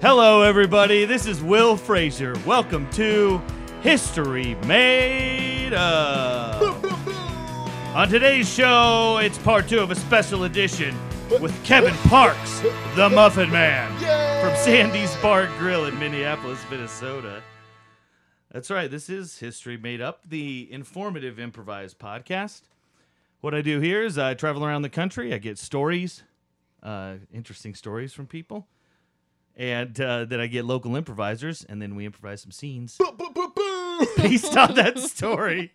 Hello, everybody. This is Will Frazier. Welcome to History Made Up. On today's show, it's part two of a special edition with Kevin Parks, the Muffin Man, from Sandy's Bar Grill in Minneapolis, Minnesota. That's right. This is History Made Up, the informative improvised podcast. What I do here is I travel around the country. I get stories, uh, interesting stories from people, and uh, then I get local improvisers, and then we improvise some scenes based on that story.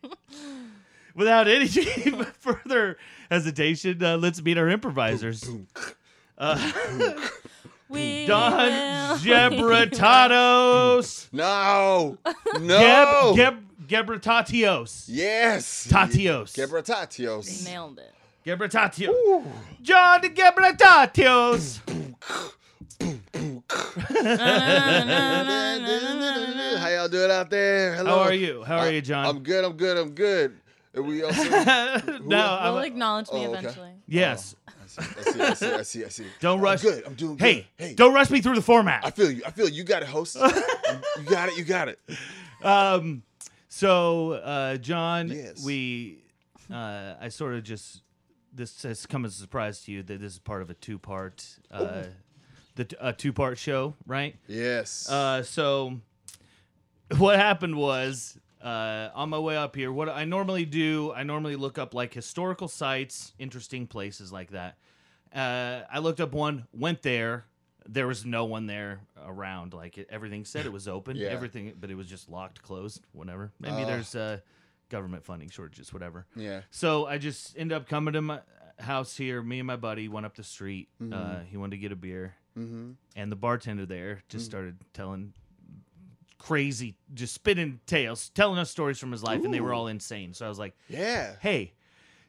Without any further hesitation, uh, let's meet our improvisers. We Don will- Gebratatos. No. No. Oh. Geb, Geb, Gebratatios. Yes. Tatios. Gebratatios. Nailed it. Gebratatios. John Gebratatios. How y'all doing out there? Hello. How are you? How are you, John? I'm good. I'm good. I'm good. And we also. I no, I'm- Will acknowledge me oh, okay. eventually. yes. oh. see. I see. I see. I see. Don't I'm rush. Good. I'm doing Hey, good. Hey. don't rush me through the format. I feel you. I feel you. You got it, host. you got it. You got it. Um, so, uh, John, Yes. we, uh, I sort of just, this has come as a surprise to you that this is part of a two part, uh, the t- a two part show, right? Yes. Uh, so, what happened was, uh, on my way up here, what I normally do, I normally look up like historical sites, interesting places like that. Uh, I looked up one, went there. There was no one there around. Like it, everything said it was open, Yeah. everything, but it was just locked, closed, whatever. Maybe Oh. there's uh, government funding shortages, whatever. yeah. So I just end up coming to my house here. Me and my buddy went up the street. Uh, he wanted to get a beer, Mm-hmm. and the bartender there just Mm. started telling crazy, just spinning tales, telling us stories from his life, and they were Ooh. all insane. So I was like, Yeah. "Hey,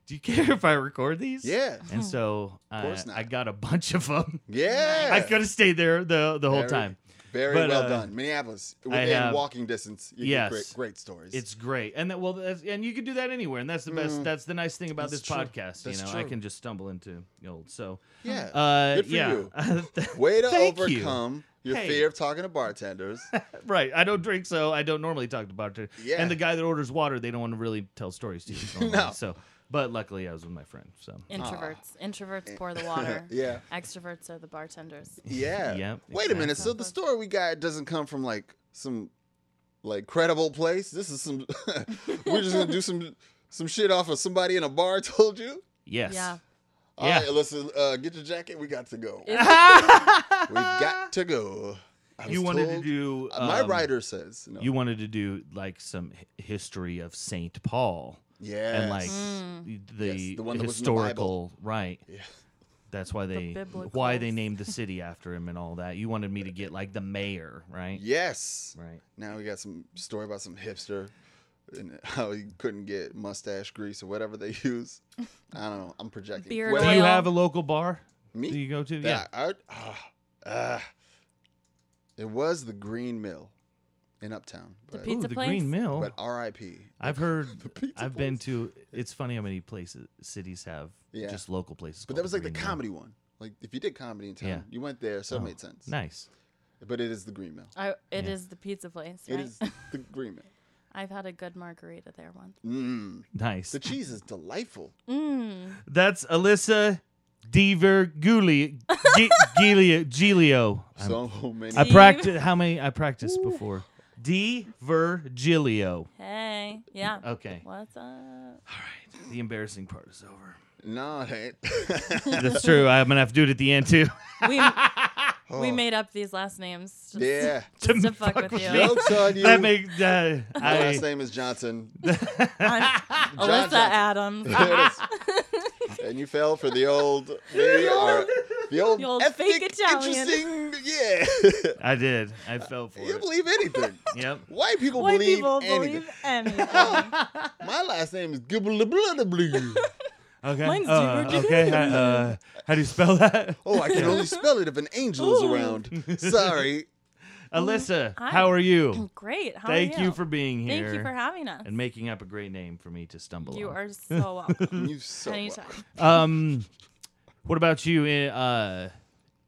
do you care if I record these?" Yeah. And so uh, course not. I got a bunch of them. Yeah. I could have stayed there the the whole Very- time. Very but, well uh, done, Minneapolis. I Within have- walking distance, you Yes. get great, great stories. It's great, and that well, that's, and you can do that anywhere, and that's the best. Mm. That's the nice thing about That's this true. podcast. That's you know, I true. can just stumble into the old. So, yeah. uh, Good for yeah, you. Way to Thank you. overcome your Hey. fear of talking to bartenders. right. I don't drink, so I don't normally talk to bartender. Yeah. And the guy that orders water, they don't want to really tell stories to you. normally, No. So, but luckily, I was with my friend. So, Introverts. Introverts pour the water. yeah. Extroverts are the bartenders. Yeah. Yep, Wait a minute. So the story we got doesn't come from like some like credible place. This is some we're just gonna do some some shit off of somebody in a bar told you. yes. Yeah. All Yeah. right, listen, uh, get your jacket. We got to go. we got to go. I You was wanted to told- do. Uh, my um, writer says no. You wanted to do like some hi- history of Saint Paul yes. and like Mm. the, Yes, the one that was in the historical, right? Yeah. That's why they why biblical they s- named the city after him and all that. You wanted me to get like the mayor, right? yes. Right. Now we got some story about some hipster and how he couldn't get mustache grease or whatever they use. I don't know. I'm projecting. Beard Well, Do you Well- have a local bar me? that you go to? Yeah. That- I- ah, ah. it was the Green Mill in Uptown, but, Pizza Ooh, the place? Green Mill. but R.I.P. Oh. I've heard. pizza I've been to. It's funny how many places cities have Yeah. just local places. But called that was like the Green Mill. comedy one. Like if you did comedy in town, Yeah. you went there, so Oh, it made sense. Nice. But it is the Green Mill. I, it is Yeah. the pizza place, It right? is the Green Mill. I've had a good margarita there once. Mm. Nice. The cheese is delightful. Mm. That's Alyssa Deaver Gulio. Gilio. I'm- So many. I Steve. practiced. How many I practiced before? Divergilio. Hey. Yeah. Okay. What's up? All right. The embarrassing part is over. no, it ain't. That's true. I'm gonna have to do it at the end too. We, we Oh. made up these last names. Just, Yeah. Just to fuck with you. Jokes on you. That makes. Uh, My last I. name is Johnson. I'm Alyssa Johnson. Adams. There it is. and you fell for the old, the old, the old, The old ethnic, fake Italian. interesting. Yeah, I did. I fell for you it. believe anything. Yep. White people White believe people anything. believe anything. My last name is Gibbly Okay. Mine's uh, Divergent. okay. I, uh, how do you spell that? Oh, I can only spell it if an angel is Ooh. around. Sorry. Alyssa, Hi. how are you? Great. How are Thank you? for being here. Thank you for having us. and making up a great name for me to stumble You on. are so welcome. You so Anytime. um, what about you? eh, Uh,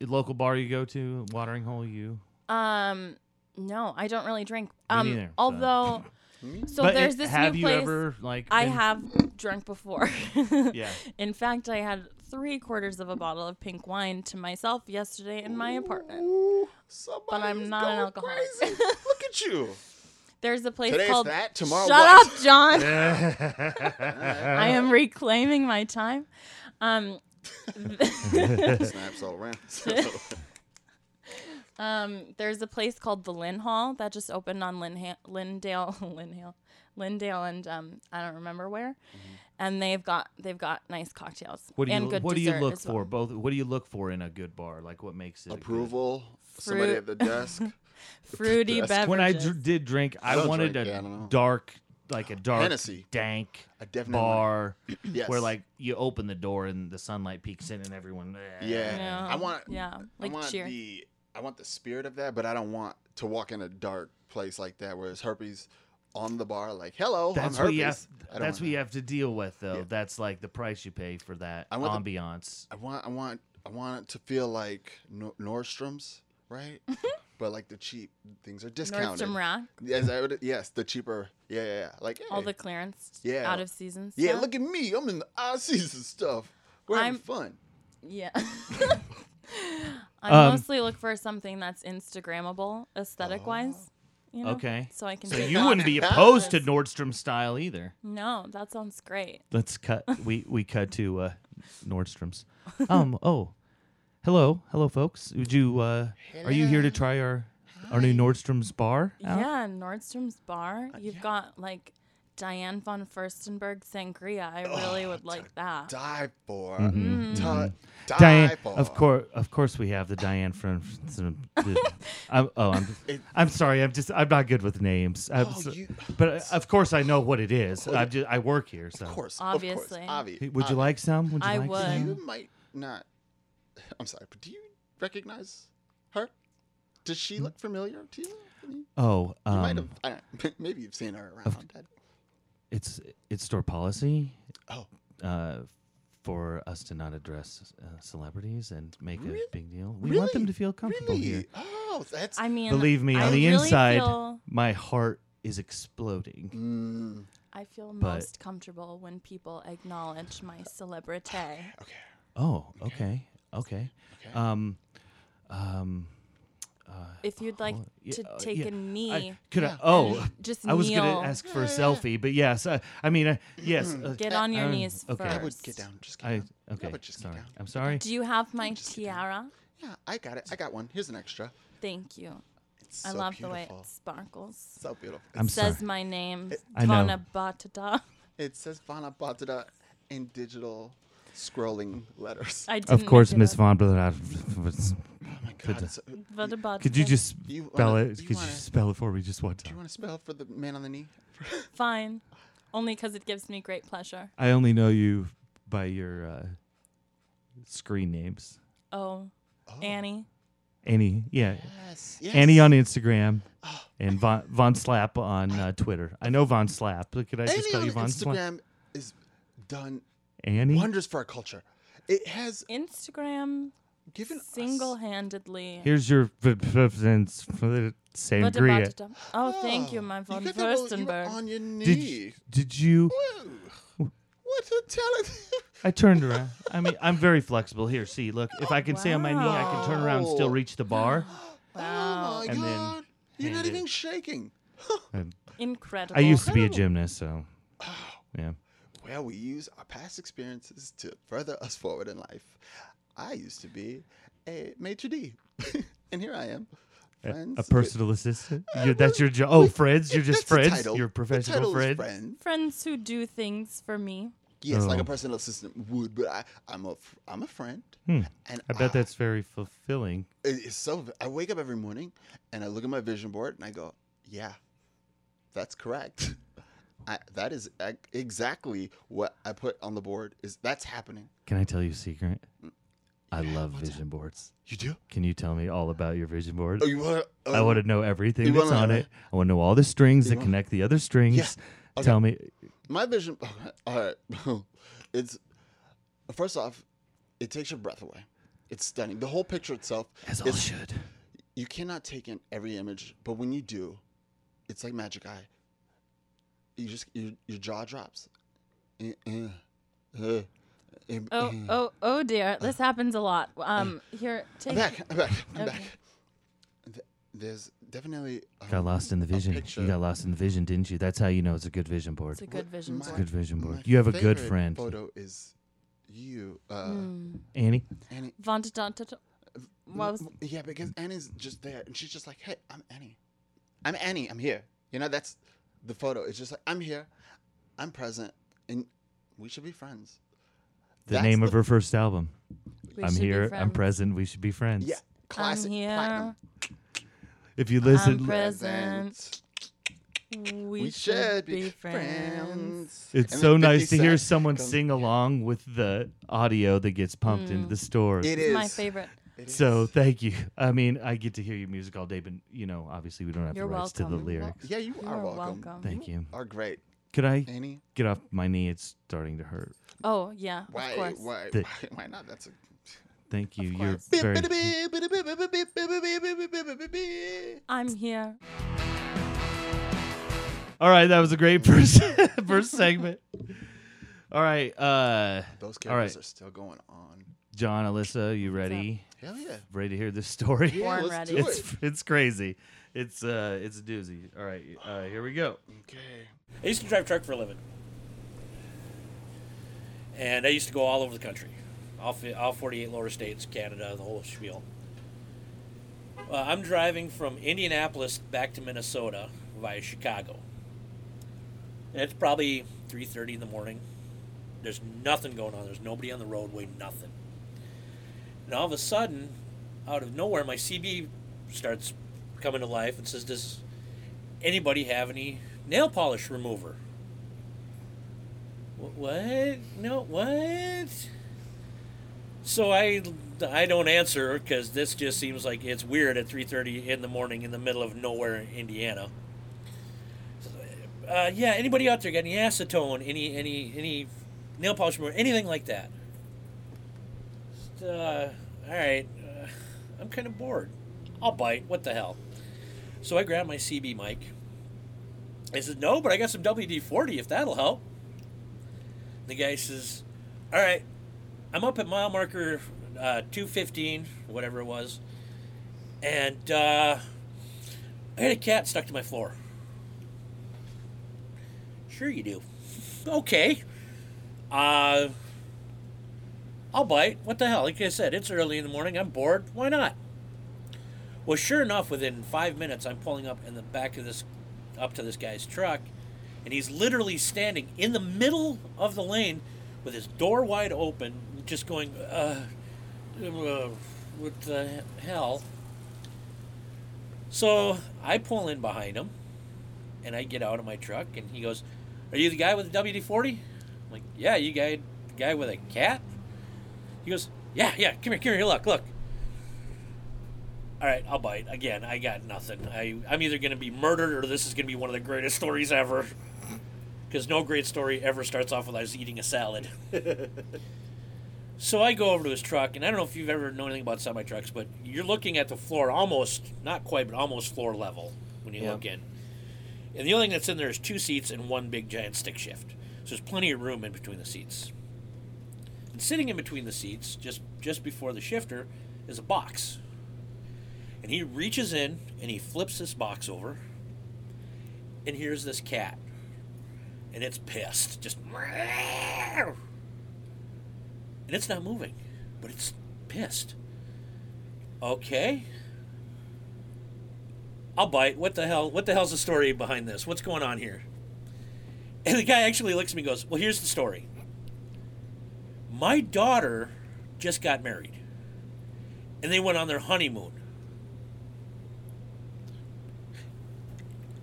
local bar you go to? Watering hole you? Um, no, I don't really drink. Me Um, neither, so. although, so but there's it- this have new you place. ever like? I been- have drunk before. Yeah. In fact, I had three quarters of a bottle of pink wine to myself yesterday in my apartment. Ooh, somebody's But I'm not an going alcoholic. Crazy. Look at you. There's a place Today's called that, tomorrow Shut what? up, John. I am reclaiming my time. Um, Snaps all around. Um, there's a place called the Lynn Hall that just opened on Lynn ha- Lyndale, Lyndale, Lyndale, and um, I don't remember where. Mm-hmm. And they've got they've got nice cocktails What do and you good What do you dessert look as well. for? Both. What do you look for in a good bar? Like what makes it a good- Approval. Somebody Fruit. at the desk. Fruity That's- beverages. When I dr- did drink, I, don't wanted drink, a yeah, I don't know. dark, like a dark, Hennessy. dank I definitely bar Yes. where like you open the door and the sunlight peeks in and everyone. eh. You Yeah. know, I want- yeah, like I want cheer. the I want the spirit of that, but I don't want to walk in a dark place like that where it's herpes on the bar. Like, hello, That's what I'm herpes. you have. I don't That's want what you that. have to deal with, though. Yeah. That's like the price you pay for that I want the- ambiance. I want. I want. I want it to feel like Nor- Nordstrom's, right? but like the cheap things are discounted. Nordstrom Rack, Yes, I would, yes, the cheaper. Yeah, yeah, yeah. Like all hey, the clearance, Yeah. out of season. Yeah, stuff. look at me. I'm in the odd season stuff. We're having I'm- fun. Yeah. I Um, mostly look for something that's Instagrammable aesthetic wise. Oh. You know, Okay. So I can. So take you that. wouldn't be opposed to Nordstrom style either. No, that sounds great. Let's cut. We we cut to uh, Nordstrom's. Um. Oh, hello, hello, folks. Would you? Uh, Are you here to try our our new Nordstrom's bar? out? Yeah, Nordstrom's Uh, bar. You've got like Diane von Furstenberg sangria. I really would like that. Die for. Ti- die Mm-hmm. Diane, for. of course, of course, we have the Diane from. I'm, oh, I'm, I'm sorry. I'm just, I'm not good with names. I'm Oh, so- you- but uh, of course, I know what it is. I just, I work here, so. Of course. Of Obviously. course. Obvi. Hey, Would you like some? Would you I like would. some? You might not. I'm sorry, but do you recognize her? Does she look familiar to you? I mean, You Oh, might Mm. um, have. I don't, maybe you've seen her around. it's it's store policy Oh, uh, for us to not address uh, celebrities and make Really? a big deal. We want them Really? to feel comfortable really? here. Oh, that's. I mean, Believe me, I on the really inside, feel- my heart is exploding. Mm, I feel but- most comfortable when people acknowledge my celebrity. okay. Oh, okay, okay. Okay. Um, um, If you'd like yeah, to uh, take yeah. a knee, I, could I? Yeah. Oh, just I was kneel. gonna ask for a selfie, but yes, I, I mean, uh, yes. Hmm. uh, get on your uh, knees okay. first. I I would get down. Just get I down. okay. would just get sorry, down. I'm sorry. Do you have my tiara? Yeah, I got it. I got one. Here's an extra. Thank you. It's I so love the way beautiful. it sparkles. So beautiful. I'm Says sorry. my name, I know. Vana Batada. It says Vana Bhattacharya in digital scrolling letters. I didn't Of course, Miss Miss Von. oh my god. so- do Could you just You spell wanna- it? you Could you wanna- spell it for me just one you time? want to spell for the man on the knee? Fine. Only because it gives me great pleasure. I only know you by your uh, screen names. Oh, Annie. Annie, yeah, Yes. yes. Oh. Annie on Instagram and Von, Von Slap on uh, Twitter. I know Von Slap. Could I just Annie call on you Von Slap? Instagram is done Annie. wonders for our culture. It has Instagram given us- single handedly. Here's your v- v- v- v- sangria. Oh, thank you, Oh, my von got that little- you were Furstenberg. On your knee. Did you, did you? Whoa. What a talent. Oh I turned around. I mean, I'm very flexible. Here, see, look. If I can stay on my knee, I can turn around and still Wow. reach the bar. oh my And then god. You're not hand it. even shaking. And Incredible. I used to be a gymnast, so yeah. Well, we use our past experiences to further us forward in life. I used to be a maitre d, and here I am. Friends Uh, A with- personal assistant. You- that's your job. Oh, friends. You're just That's the friends. title. You're The professional title is friend. friend. Friends who do things for me. Yes, like Oh. a personal assistant would, but I, I'm a, f- I'm a friend, and Hmm. I bet that's very fulfilling. it- it's so. I wake up every morning and I look at my vision board and I go, "Yeah, that's correct. I, that is ac- exactly what I put on the board. Is that's happening? Can I tell you a secret? I love vision boards. You do? Can you tell me all about your vision board? Oh, you want? to I want to know everything You that's wanna on know- it. I want to know all the strings that connect the other strings. Okay. Tell me. my vision all right it's first off it takes your breath away it's stunning the whole picture itself As all is- should. you cannot take in every image, but when you do, it's like magic eye. You just your, your jaw drops. Eh, eh, eh, eh, Oh, eh. oh, oh dear. This happens a lot. Um, here, I'm take. back. I'm back. I'm Okay. back. Th- There's definitely um, Got lost in the a vision. picture. You got lost in the vision, didn't you? That's how you know it's a good vision board. It's a good vision my- board. Good vision my board. You have a good favorite friend, Photo is you, uh, Annie. Annie. Vonda Danta- Mm, What Hmm. was- Yeah, because Annie's just there, and she's just like, "Hey, I'm Annie. I'm Annie. I'm here." You know, that's the photo. It's just like, "I'm here. I'm present, and we should be friends." The That's name the- of her first album. We I'm should be here. I'm friends. present. We should be friends. Yeah, classic I'm here. platinum. If you listen, Um, Present. We, should be friends. It's And so then 50 nice to hear Cent someone comes- sing along with the audio that gets pumped into Mm. the store. It is My favorite. It is. So thank you. I mean, I get to hear your music all day, but you know, obviously we don't have You're the rights to the welcome. lyrics. Yeah, you, You are, are welcome. welcome. Thank you. Are great, Could I Annie. get off my knee? It's starting to hurt. Oh yeah, Why? of course. Why? The- why? Why not? That's a. Thank you. You're course. very. I'm here. All right, that was a great first first segment. All right, uh, Those All right. characters are still going on. John, Alyssa, you ready? Hell yeah. Ready to hear this story? Yeah, Born let's ready. do It's- it. It's it's crazy. It's uh it's a doozy. All right, uh, here we go. Okay. I used to drive truck for a living, and I used to go all over the country, all, fi- all 48 lower states, Canada, the whole spiel. Uh, I'm driving from Indianapolis back to Minnesota via Chicago, and it's probably 3:30 in the morning. There's nothing going on. There's nobody on the roadway. Nothing. And all of a sudden, out of nowhere, my CB starts coming to life and says, "This." anybody have any nail polish remover? Wh- What? No, what? So I, I don't answer because this just seems like it's weird at 3:30 in the morning in the middle of nowhere, in Indiana. Uh, yeah, anybody out there got any acetone, any any any nail polish remover, anything like that? Uh, all right, uh, I'm kind of bored. I'll bite. What the hell? So I grabbed my CB mic. I said, No, but I got some WD 40 if that'll help. The guy says, All right, I'm up at mile marker uh, 215, whatever it was, and uh, I had a cat stuck to my floor. Sure, you do. Okay. Uh, I'll bite. What the hell? Like I said, it's early in the morning. I'm bored. Why not? Well, sure enough, within five minutes, I'm pulling up in the back of this, up to this guy's truck, and he's literally standing in the middle of the lane, with his door wide open, just going, uh, uh, what the hell? So I pull in behind him, and I get out of my truck, and he goes, "Are you the guy with the WD-40?" I'm like, "Yeah, you guy, guy with a cat." He goes, "Yeah, yeah, come here, come here, look, look." All right, I'll bite again. I got nothing. I I'm either gonna be murdered or this is gonna be one of the greatest stories ever. Because no great story ever starts off with I was eating a salad. so I go over to his truck, and I don't know if you've ever known anything about semi trucks, but you're looking at the floor almost not quite, but almost floor level when you Yeah. look in. And the only thing that's in there is two seats and one big giant stick shift. So there's plenty of room in between the seats. And sitting in between the seats, just just before the shifter, is a box and he reaches in and he flips this box over. And here's this cat. And it's pissed. Just. And it's not moving, but it's pissed. Okay. I'll bite. What the hell? What the hell's the story behind this? What's going on here? And the guy actually looks at me and goes, Well, here's the story. My daughter just got married, and they went on their honeymoon.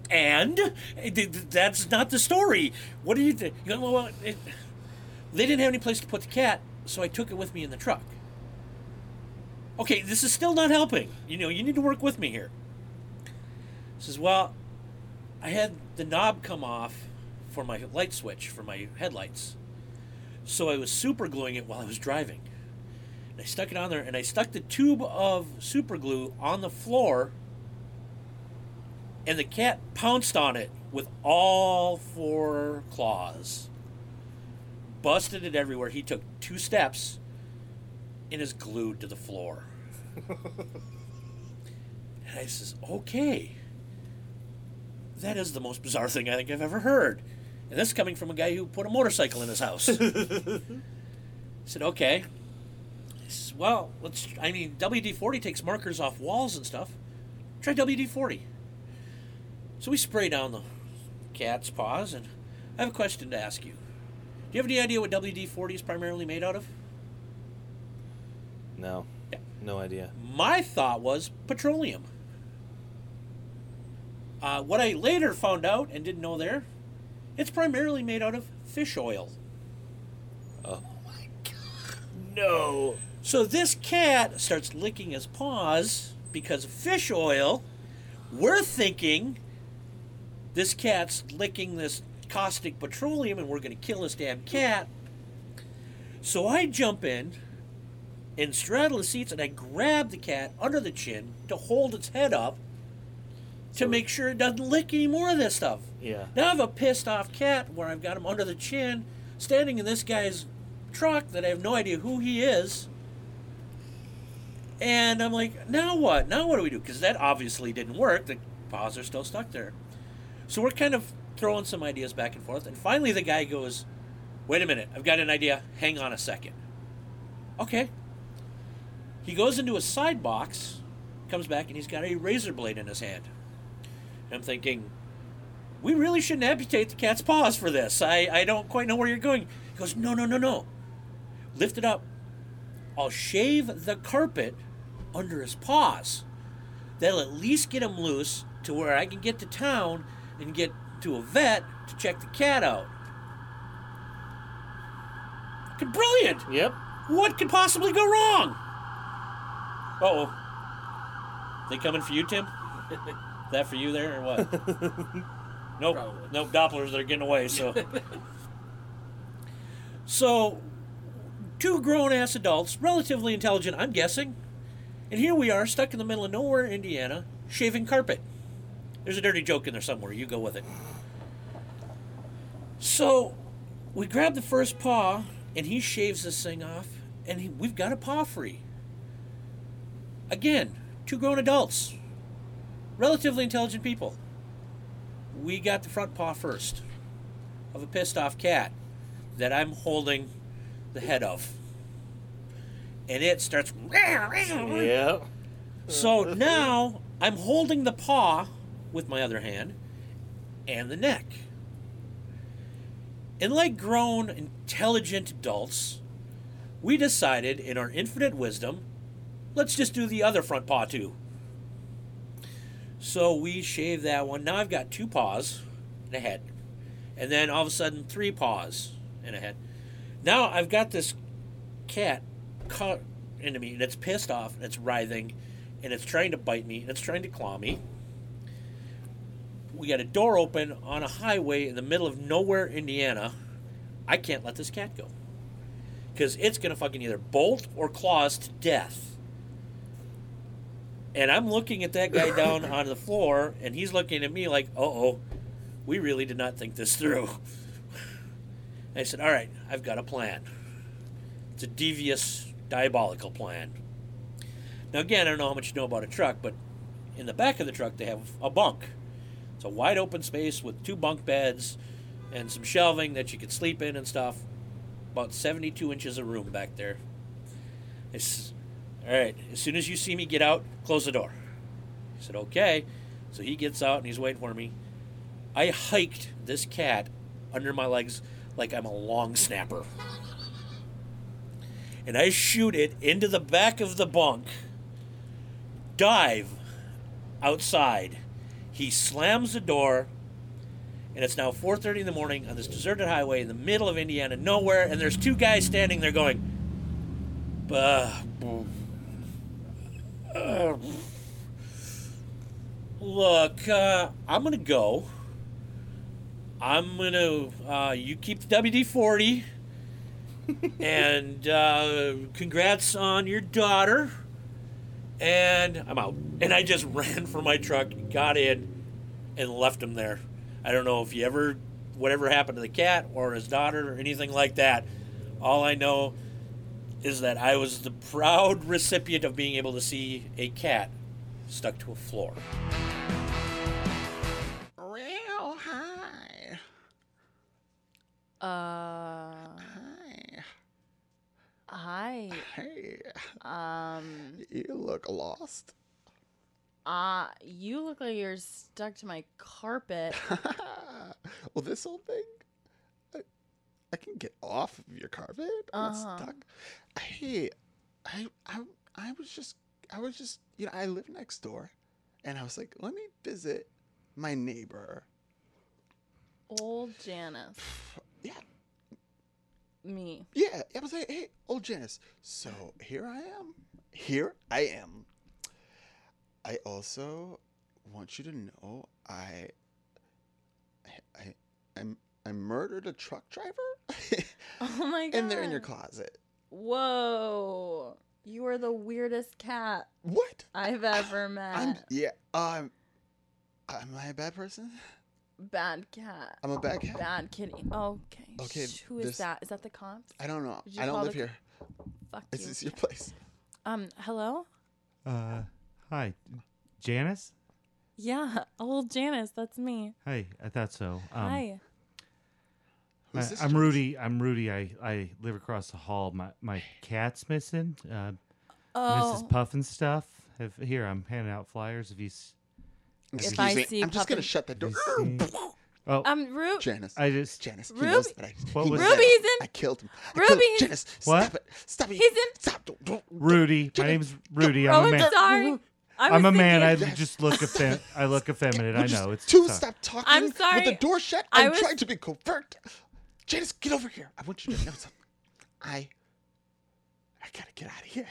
and It- th- th- that's not the story. What do you think? You go, well, well, it, they didn't have any place to put the cat, so I took it with me in the truck. Okay, this is still not helping. You know, you need to work with me here. Says, well, I had the knob come off for my light switch for my headlights, so I was super gluing it while I was driving. And I stuck it on there, and I stuck the tube of super glue on the floor, and the cat pounced on it with all four claws. Busted it everywhere. He took two steps and is glued to the floor. and I says, okay. That is the most bizarre thing I think I've ever heard. And this is coming from a guy who put a motorcycle in his house. I said, okay. He says, well, let's. I mean, WD 40 takes markers off walls and stuff. Try WD 40. So we spray down the cat's paws, and I have a question to ask you. Do you have any idea what WD 40 is primarily made out of? No. Yeah. No idea. My thought was petroleum. Uh, what I later found out and didn't know there, it's primarily made out of fish oil. Oh. No. So this cat starts licking his paws because of fish oil. We're thinking this cat's licking this caustic petroleum and we're going to kill this damn cat. So I jump in and straddle the seats and I grab the cat under the chin to hold its head up to make sure it doesn't lick any more of this stuff. Yeah. Now I have a pissed off cat where I've got him under the chin, standing in this guy's truck that I have no idea who he is. And I'm like, now what? Now what do we do? Because that obviously didn't work. The paws are still stuck there. So we're kind of throwing some ideas back and forth. And finally, the guy goes, wait a minute, I've got an idea. Hang on a second. Okay. He goes into a side box, comes back, and he's got a razor blade in his hand. And I'm thinking, we really shouldn't amputate the cat's paws for this. I, I don't quite know where you're going. He goes, no, no, no, no. Lift it up. I'll shave the carpet under his paws. That'll at least get him loose to where I can get to town and get to a vet to check the cat out. Fucking Brilliant! Yep. What could possibly go wrong? Uh oh. They coming for you, Tim? that for you there or what? nope. Probably. Nope, Dopplers, they're getting away, so. so, two grown ass adults, relatively intelligent, I'm guessing. And here we are, stuck in the middle of nowhere, Indiana, shaving carpet. There's a dirty joke in there somewhere. You go with it. So we grab the first paw, and he shaves this thing off, and he, we've got a paw free. Again, two grown adults, relatively intelligent people. We got the front paw first of a pissed off cat that I'm holding the head of. And it starts. Yep. So now I'm holding the paw with my other hand and the neck. And like grown, intelligent adults, we decided in our infinite wisdom let's just do the other front paw too. So we shave that one. Now I've got two paws and a head. And then all of a sudden, three paws and a head. Now I've got this cat caught into me and it's pissed off and it's writhing and it's trying to bite me and it's trying to claw me. We got a door open on a highway in the middle of nowhere, Indiana. I can't let this cat go. Because it's going to fucking either bolt or claw us to death. And I'm looking at that guy down on the floor and he's looking at me like, uh oh, we really did not think this through. I said, all right, I've got a plan. It's a devious, diabolical plan. Now, again, I don't know how much you know about a truck, but in the back of the truck, they have a bunk. It's a wide open space with two bunk beds and some shelving that you could sleep in and stuff. About 72 inches of room back there. It's, all right, as soon as you see me get out, close the door. I said, okay. So he gets out and he's waiting for me. I hiked this cat under my legs like I'm a long snapper. And I shoot it into the back of the bunk, dive outside. He slams the door, and it's now 4:30 in the morning on this deserted highway in the middle of Indiana, nowhere. And there's two guys standing there going, "Bah, boom. Uh, look, uh, I'm gonna go." I'm gonna. Uh, you keep the WD forty. and uh, congrats on your daughter. And I'm out. And I just ran for my truck, got in, and left him there. I don't know if he ever, whatever happened to the cat or his daughter or anything like that. All I know is that I was the proud recipient of being able to see a cat stuck to a floor. Real high. Uh, Hi. hi. Hey. Um, You look lost. uh, you look like you're stuck to my carpet. well, this whole thing, I, I can get off of your carpet. I'm Uh-huh. not stuck. Hey, I, I, I was just, I was just, you know, I live next door, and I was like, let me visit my neighbor. Old Janice. Yeah, Me. yeah. I was like, hey, old Janice. So here I am. Here I am. I also want you to know I, I, I, I'm, I murdered a truck driver. Oh my god. and they're in your closet. Whoa. You are the weirdest cat What? I've ever met. I'm yeah. Um, am I a bad person? Bad cat. I'm a bad cat. Bad kitty. Okay. Okay, Shh, Who is this- that? Is that the cops? I don't know. Did you I call don't live the- here. Fuck This you. is your place. Um, hello? Uh, hi, Janice. Yeah, old Janice, that's me. Hey, I thought so. Um, Hi. Who's I, this? I'm Rudy. I'm Rudy. I, I live across the hall. My my cat's missing. Uh, Oh, Mrs. Puff and stuff. Have, here, I'm handing out flyers. If you, s- Excuse I me. see I'm just gonna puppy- shut that door. you see, oh, um, Ru- Janice. I just Janice. He Ruby- knows that I. What he was knows that Ruby's I- in- I killed him. I Ruby- killed him. Janice. What? Stop it. Stop it. He's in- Stop. Don't, don't, Rudy. My name's Rudy. oh, I'm a I'm man. sorry. I I'm was a man. I thinking- just look effem- I look effeminate. I know. It's Two. tough. Stop talking. I'm With the sorry. door shut. I I'm was- trying to be covert. Janice, get over here. I want you to know something. I. I gotta get out of here.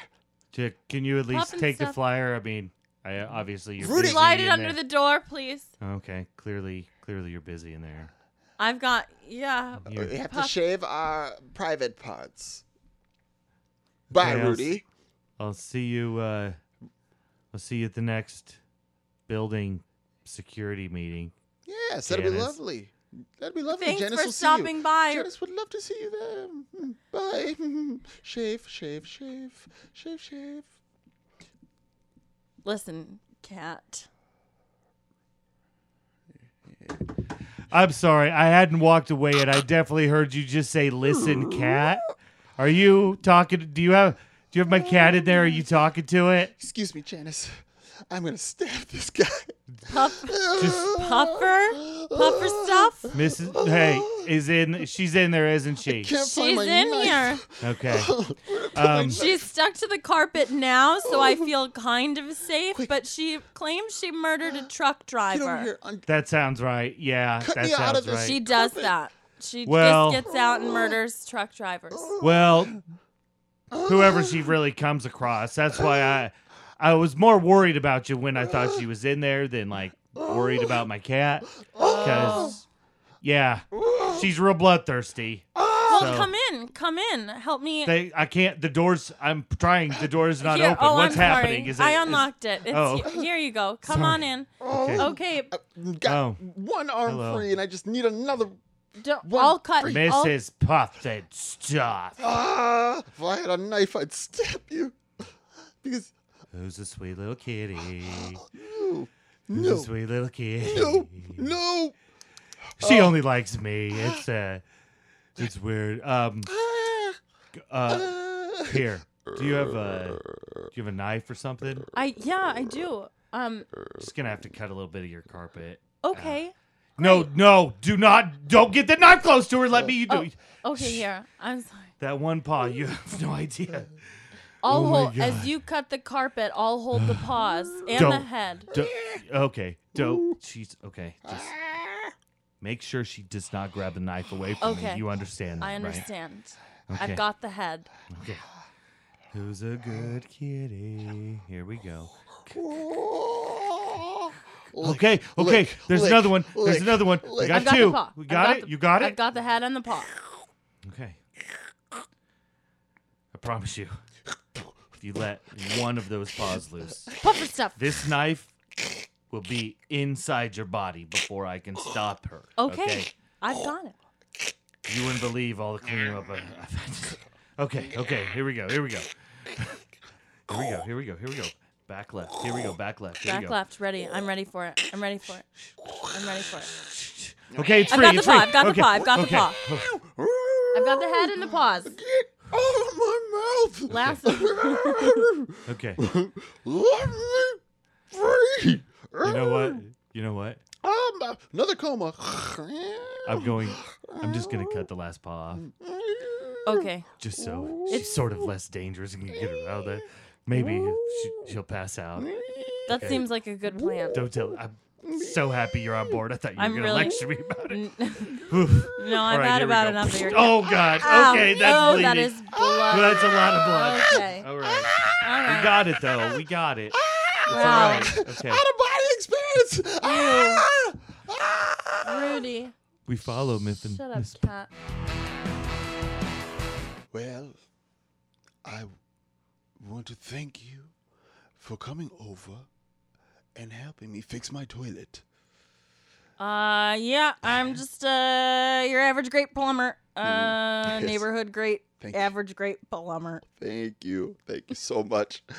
J- Can you at least Puff and take the stuff. flyer? I mean, I obviously you're Rudy- busy Slide it in under there. the door, please. Okay, clearly, clearly you're busy in there. I've got, yeah. Uh, You're- We have Puff. to shave our private parts. Okay, Bye, I'll s- Rudy. I'll see you. Uh, I'll see you at the next building security meeting. Yes, that'd be Janice. lovely. That'd be lovely. Thanks Janice for will see stopping you. by. Janice would love to see you there. Mm, Bye. Mm, Shave, shave, shave, shave, shave. Listen, cat. I'm sorry, I hadn't walked away, and I definitely heard you just say, "Listen, cat." Are you talking? Do you have? Do you have my cat in there? Are you talking to it? Excuse me, Janice. I'm gonna stab this guy. Puff, Just puffer? Puffer stuff? Mrs. Hey, is in. She's in there, isn't she? Can't find She's my in knife. here. Okay. Um, She's stuck to the carpet now, so I feel kind of safe, but she claims she murdered a truck get over driver. here. Un- That sounds right. Yeah, Cut that me sounds out of this. right. She does Carpet. that. She Well- Oh. just gets out and murders truck drivers. Well, whoever she really comes across. That's why I I was more worried about you when I thought she was in there than like worried about my cat cuz yeah, she's real bloodthirsty. Well, So- come in, come in, help me. They I can't the doors I'm trying the door's not Here- open. Oh, What's I'm happening? Sorry. Is I it- is- unlocked it. It's oh. he- here you go. Come on in. okay. Okay, Oh, Got Oh. one arm Hello. free, and I just need another. don't, Well, I'll cut. I'll- Mrs. Puff and stuff. Ah! If I had a knife, I'd stab you. Because Who's a sweet little kitty? you. Who's a No. sweet little kitty? No. No. She only likes me. It's uh it's weird. Um Ah, uh ah. here. Do you have a do you have a knife or something? I yeah, I do. Um. Just gonna have to cut a little bit of your carpet. Okay. No, no, do not don't get the knife close to her. Let me you do Oh, okay. Here. I'm sorry. that one paw, you have no idea. I'll Oh my hold God. as you cut the carpet. I'll hold the paws and the Don't. head. Do- okay. Don't she's okay. Just make sure she does not grab the knife away from Okay. me. You understand that. I right? understand. Okay. I've got the head. Okay. Who's a good kitty? Here we go. Okay, okay. lick, There's lick, another one. There's lick, another one. We lick. got I've got two. the paw. We I've got it. the- you got it. I've got the head and the paw. Okay. promise you. If you let one of those paws loose, Puffer stuff. this knife will be inside your body before I can stop her. Okay. I've got it. You wouldn't believe all the cleanup. I- I've had to- okay, okay, here we go, here we go. Here we go, here we go, here we go. Back left, here we go, back left, here we Back go. left, ready. I'm ready for it. I'm ready for it. I'm ready for it. Okay, it's I've free, got the it's free. paw. I've got the okay. paw. I've got the okay. paw. I've got the head and the paws. Get out of my mouth. Last. Okay, Let me free. you know what? You know what? Um, another coma. I'm going, I'm just going to cut the last paw off. Okay. just so it's sort of less dangerous and can get her out of there. Maybe she, she'll pass out. That seems like a good plan. Don't tell. I'm so happy you're on board. I thought you were I'm gonna really- lecture me about it. N- Oof. no, All I've right, had here we about go. enough of your. Oh God. Ow. Okay, that's oh, bleeding. that is blood. That's a lot of blood. Okay. All right. All We right. got it though. We got it. wow. All right. Okay. Out of body experience. Ah! Ah! Rudy. We follow Miff and Shut up, Miss- cat. Well, I want to thank you for coming over and helping me fix my toilet. Uh, yeah, I'm just uh your average great plumber. Uh, Yes. neighborhood great, Thank you. average great plumber. Thank you. Thank you so much. Thank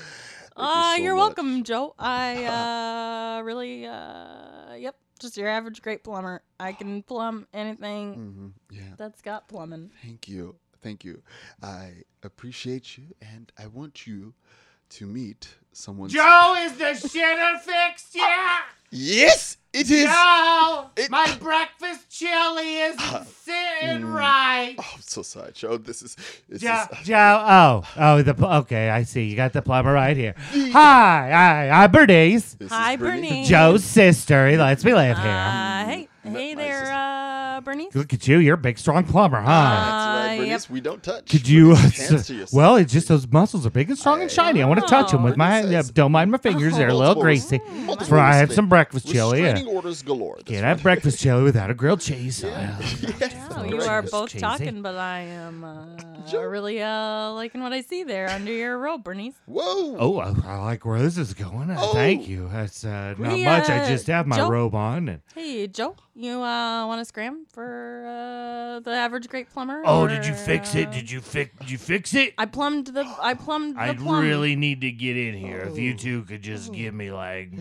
you Uh, so you're much. Uh-huh. welcome, Joe. I uh really uh yep, just your average great plumber. I can plumb anything Mhm. Yeah. that's got plumbing. Thank you. Thank you. I appreciate you, and I want you to meet someone. Joe, is the shitter fixed yet? yes, it is. Joe, It- Uh, my breakfast chili isn't sitting right. Oh, I'm so sorry, Joe. This is. This Yeah. is uh, Joe, oh, oh, the pl- okay, I see. You got the plumber right here. Hi, hi, I'm Bernice, this Hi, is Brittany. Bernice. Joe's sister. He lets me live Ah. here. Uh, hey, hey my there, sister. uh, Bernice. Look at you, you're a big, strong plumber, huh? That's Uh, right, yep. Bernice. We don't touch. Could you? uh, Bernice, hands to yourself. well, it's just those muscles are big and strong and shiny. I want to touch them with my. Goodness Yeah, sakes. don't mind my fingers; they're a little greasy. Multiple- Mm. Mm. multiple For I have restraint- some breakfast chili. Yeah. Restraining orders galore. That's Can't right. have breakfast chili without a grilled cheese. Oh, Wow, That's Oh, you right. are That's both cheesy. talking, but I am uh, Joe. really uh, liking what I see there under your robe, Bernice. Whoa. Oh, I, I like where this is going. Uh, Oh. Thank you. That's uh, not We, much. I uh, just have my Joe? robe on. And Hey, Joe, you uh, want to scram for uh, the average great plumber? oh, did you or, fix it? uh, Did you fix? Did you fix it? I plumbed the. I plumbed the I plum. really need to get in here. If you two could just give me like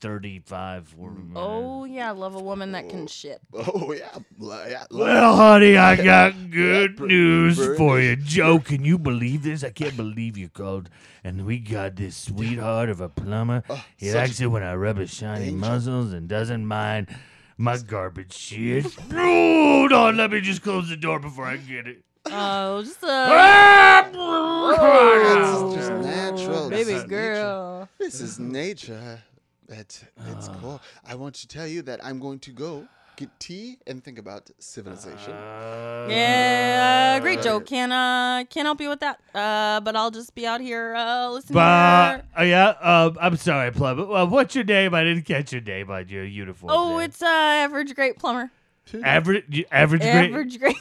thirty-five. or- Oh yeah, love a woman that can shit. Oh yeah. Well, yeah. Well, honey, I got good Br- news Bernie. for you. Joe, can you believe this? I can't believe you called. And we got this sweetheart of a plumber. Oh, He such likes it when I rub his shiny angel. muzzles and doesn't mind my garbage shit. Hold on, let me just close the door before I get it. Oh, just a Ah! It's just natural. baby this is girl. Nature. This is nature. That's that's cool. I want to tell you that I'm going to go get tea and think about civilization. Oh. Uh, Yeah, uh, great, Joe. Can uh can't help you with that. Uh, but I'll just be out here uh listening. But to your- uh, yeah, um, I'm sorry, plumber. Well, what's your name? I didn't catch your name on your uniform. Oh, there. it's uh average great plumber. Uh, average. Average. grade- average great.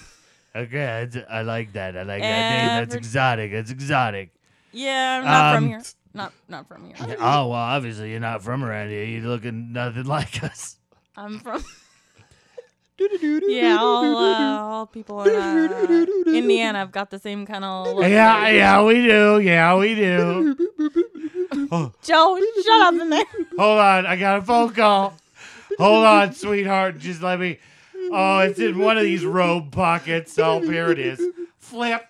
Okay, that's, I like that. I like that name. That's Average- exotic. That's exotic. Yeah, I'm not from Um, here. Not not from here. Oh well, obviously you're not from around here. You're looking nothing like us. I'm from. yeah, all, uh, all people in uh, Indiana have got the same kind of. look. Yeah, yeah, we do. Yeah, we do. Joe, shut up in there. Hold on, I got a phone call. Hold on, sweetheart. Just let me. Oh, it's in one of these robe pockets. Oh, here it is. Flip. Uh,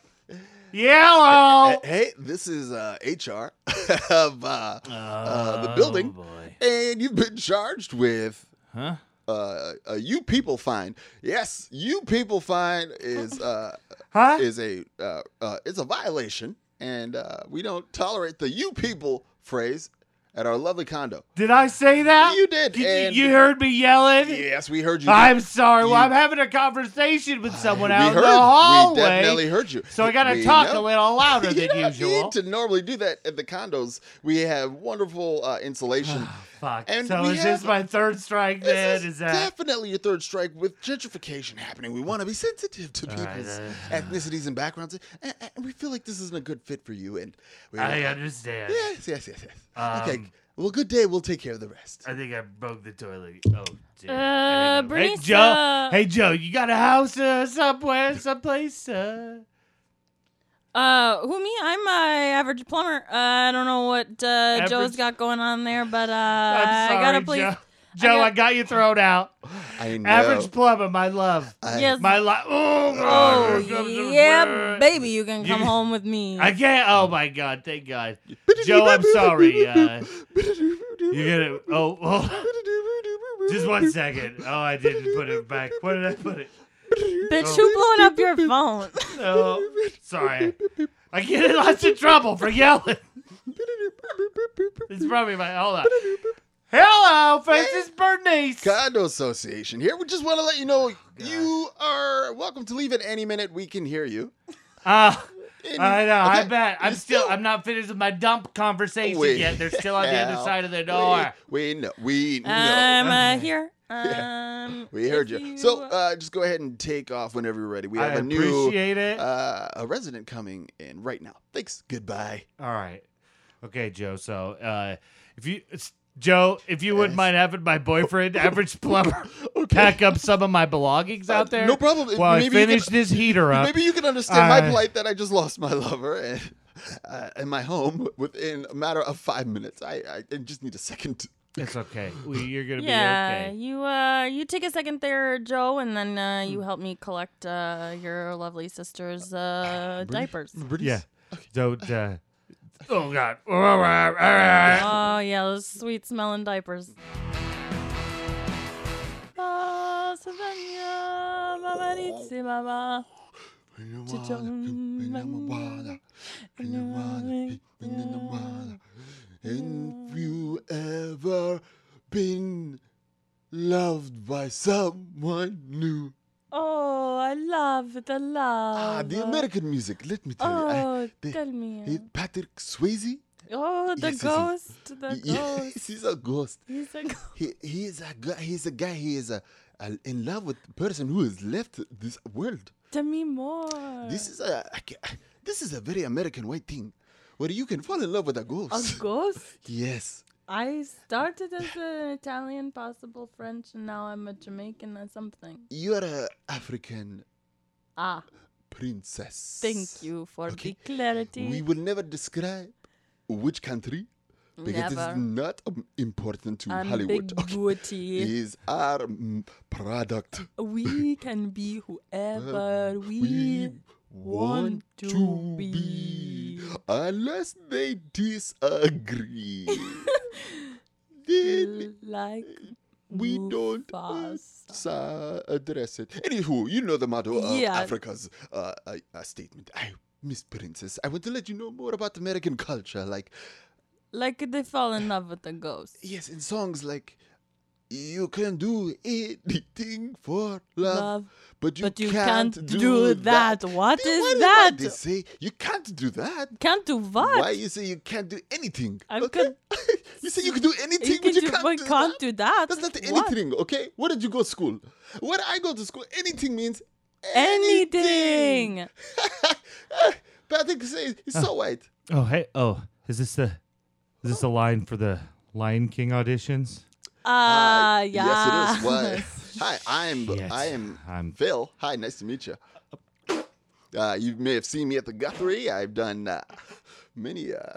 Yellow. hey, this is uh, HR of uh, uh, the building, boy. and you've been charged with Huh? uh, a you people fine. Yes, you people fine is uh, Huh? is a uh, uh, it's a violation, and uh, we don't tolerate the you people phrase. at our lovely condo. Did I say that? You did, you- and- you heard me yelling? Yes, we heard you. I'm sorry. well, You- I'm having a conversation with someone we out in heard. the hallway. We definitely heard you. So I gotta We talk know. a little louder You than don't usual. need to normally do that at the condos. We have wonderful uh, insulation. Fuck. And so we is have- this my third strike then? This Is, is that definitely your third strike with gentrification happening. We want to be sensitive to All people's right, uh, ethnicities and backgrounds, and, and we feel like this isn't a good fit for you. And we I understand. Yes, yes, yes, yes. okay. Um, uh, Well, good day. We'll take care of the rest. I think I broke the toilet. Oh dear. Uh, hey Bernisa. Joe. Hey Joe, you got a house uh, somewhere, someplace? Uh... Uh, who me? I'm a average plumber. Uh, I don't know what uh, Joe's Average- got going on there, but uh, I'm sorry, I gotta please. Joe. Joe, I got, got- you thrown out. I know. Average plumber, my love. I- Yes. My love. Oh Oh, yeah, baby, you can come You- home with me. I can't. Oh my God! Thank God, Joe. I'm sorry. Uh, you gonna? Oh, oh, just one second. Oh, I didn't put it back. Where did I put it? Bitch, who blowing up your phone? No, sorry. I get in lots of trouble for yelling. It's probably my. Hold on. Hello, Francis Bernice. Condo Association here. We just want to let you Oh, know you are welcome to leave at any minute. We can hear you. Uh, And- I know. I okay, bet. I'm you still. I'm not finished with my dump conversation We- yet. They're still on the other Now, side of the we- door. We, know. We know. I'm uh, here. Um, we heard if you. So uh, just go ahead and take off whenever you're ready. We have I a new appreciate it. uh, a resident coming in right now. Thanks. Goodbye. All right. Okay, Joe. So, uh, if you it's, Joe, if you wouldn't Yes. mind having my boyfriend, average plumber, pack up some of my belongings out there. Uh, no problem. While I Maybe you finish can- this heater up. Maybe you can understand my I- plight that I just lost my lover and uh, in my home within a matter of five minutes. I, I just need a second. It's okay. We, you're gonna yeah, be okay. you uh, you take a second there, Joe, and then uh, Hmm. you help me collect uh, your lovely sister's uh, diapers. Bernice, Yeah. Don't. Uh, oh God. All right. All right. Oh yeah, those sweet smelling diapers. Ah, Savannah, mama needs mama. when you Cha-chum. wanna, when you wanna, when you wanna, when you wanna. And Have you ever been loved by someone new? Oh, I love the love. Ah, the American music. Let me tell you. I- Oh, the- tell me. he- Patrick Swayze. oh, the Yes, yes, yes. ghost, the Yes, ghost. he's a ghost. He's a ghost. He he is a guy. He's a guy. He is a, a in love with the person who has left this world. Tell me more. This is a I ca- this is a very American white thing, where you can fall in love with a ghost. a ghost. Yes. I started as an Italian, possible French, and now I'm a Jamaican or something. You're a African Ah, princess. thank you for Okay. the clarity. We will never describe which country because Never. it's not um, important to Hollywood. Okay. Ambiguity. Is our mm, product. we can be whoever we, want to be. Unless they disagree. then like. we don't uh, Mufasa. sa- address it. uh, Anywho, you know the motto of Yeah. Africa's uh, uh, uh, statement. I, Miss Princess, I want to let you know more about American culture. Like, Like they fall in love with the ghost. yes, in songs like. You can do anything for love, Love, but you, but you can't, can't do, do that. that. What Then is why do- that? Why they say you can't do that. Can't do what? Why you say you can't do anything? I okay? you say you can do anything, you can but you do, can't, but do, can't that? do that. That's not What? anything, okay? Where did you go to school? Where I go to school, anything means anything. Anything. Patrick says he's so white. Oh hey. Oh, is this the? Is this the line for the Lion King auditions? Ah, uh, Hi. yeah. Yes, it is. Why? Hi, I'm Shit. I am I'm- Phil. Hi, nice to meet you. Uh, you may have seen me at the Guthrie. I've done uh, many uh,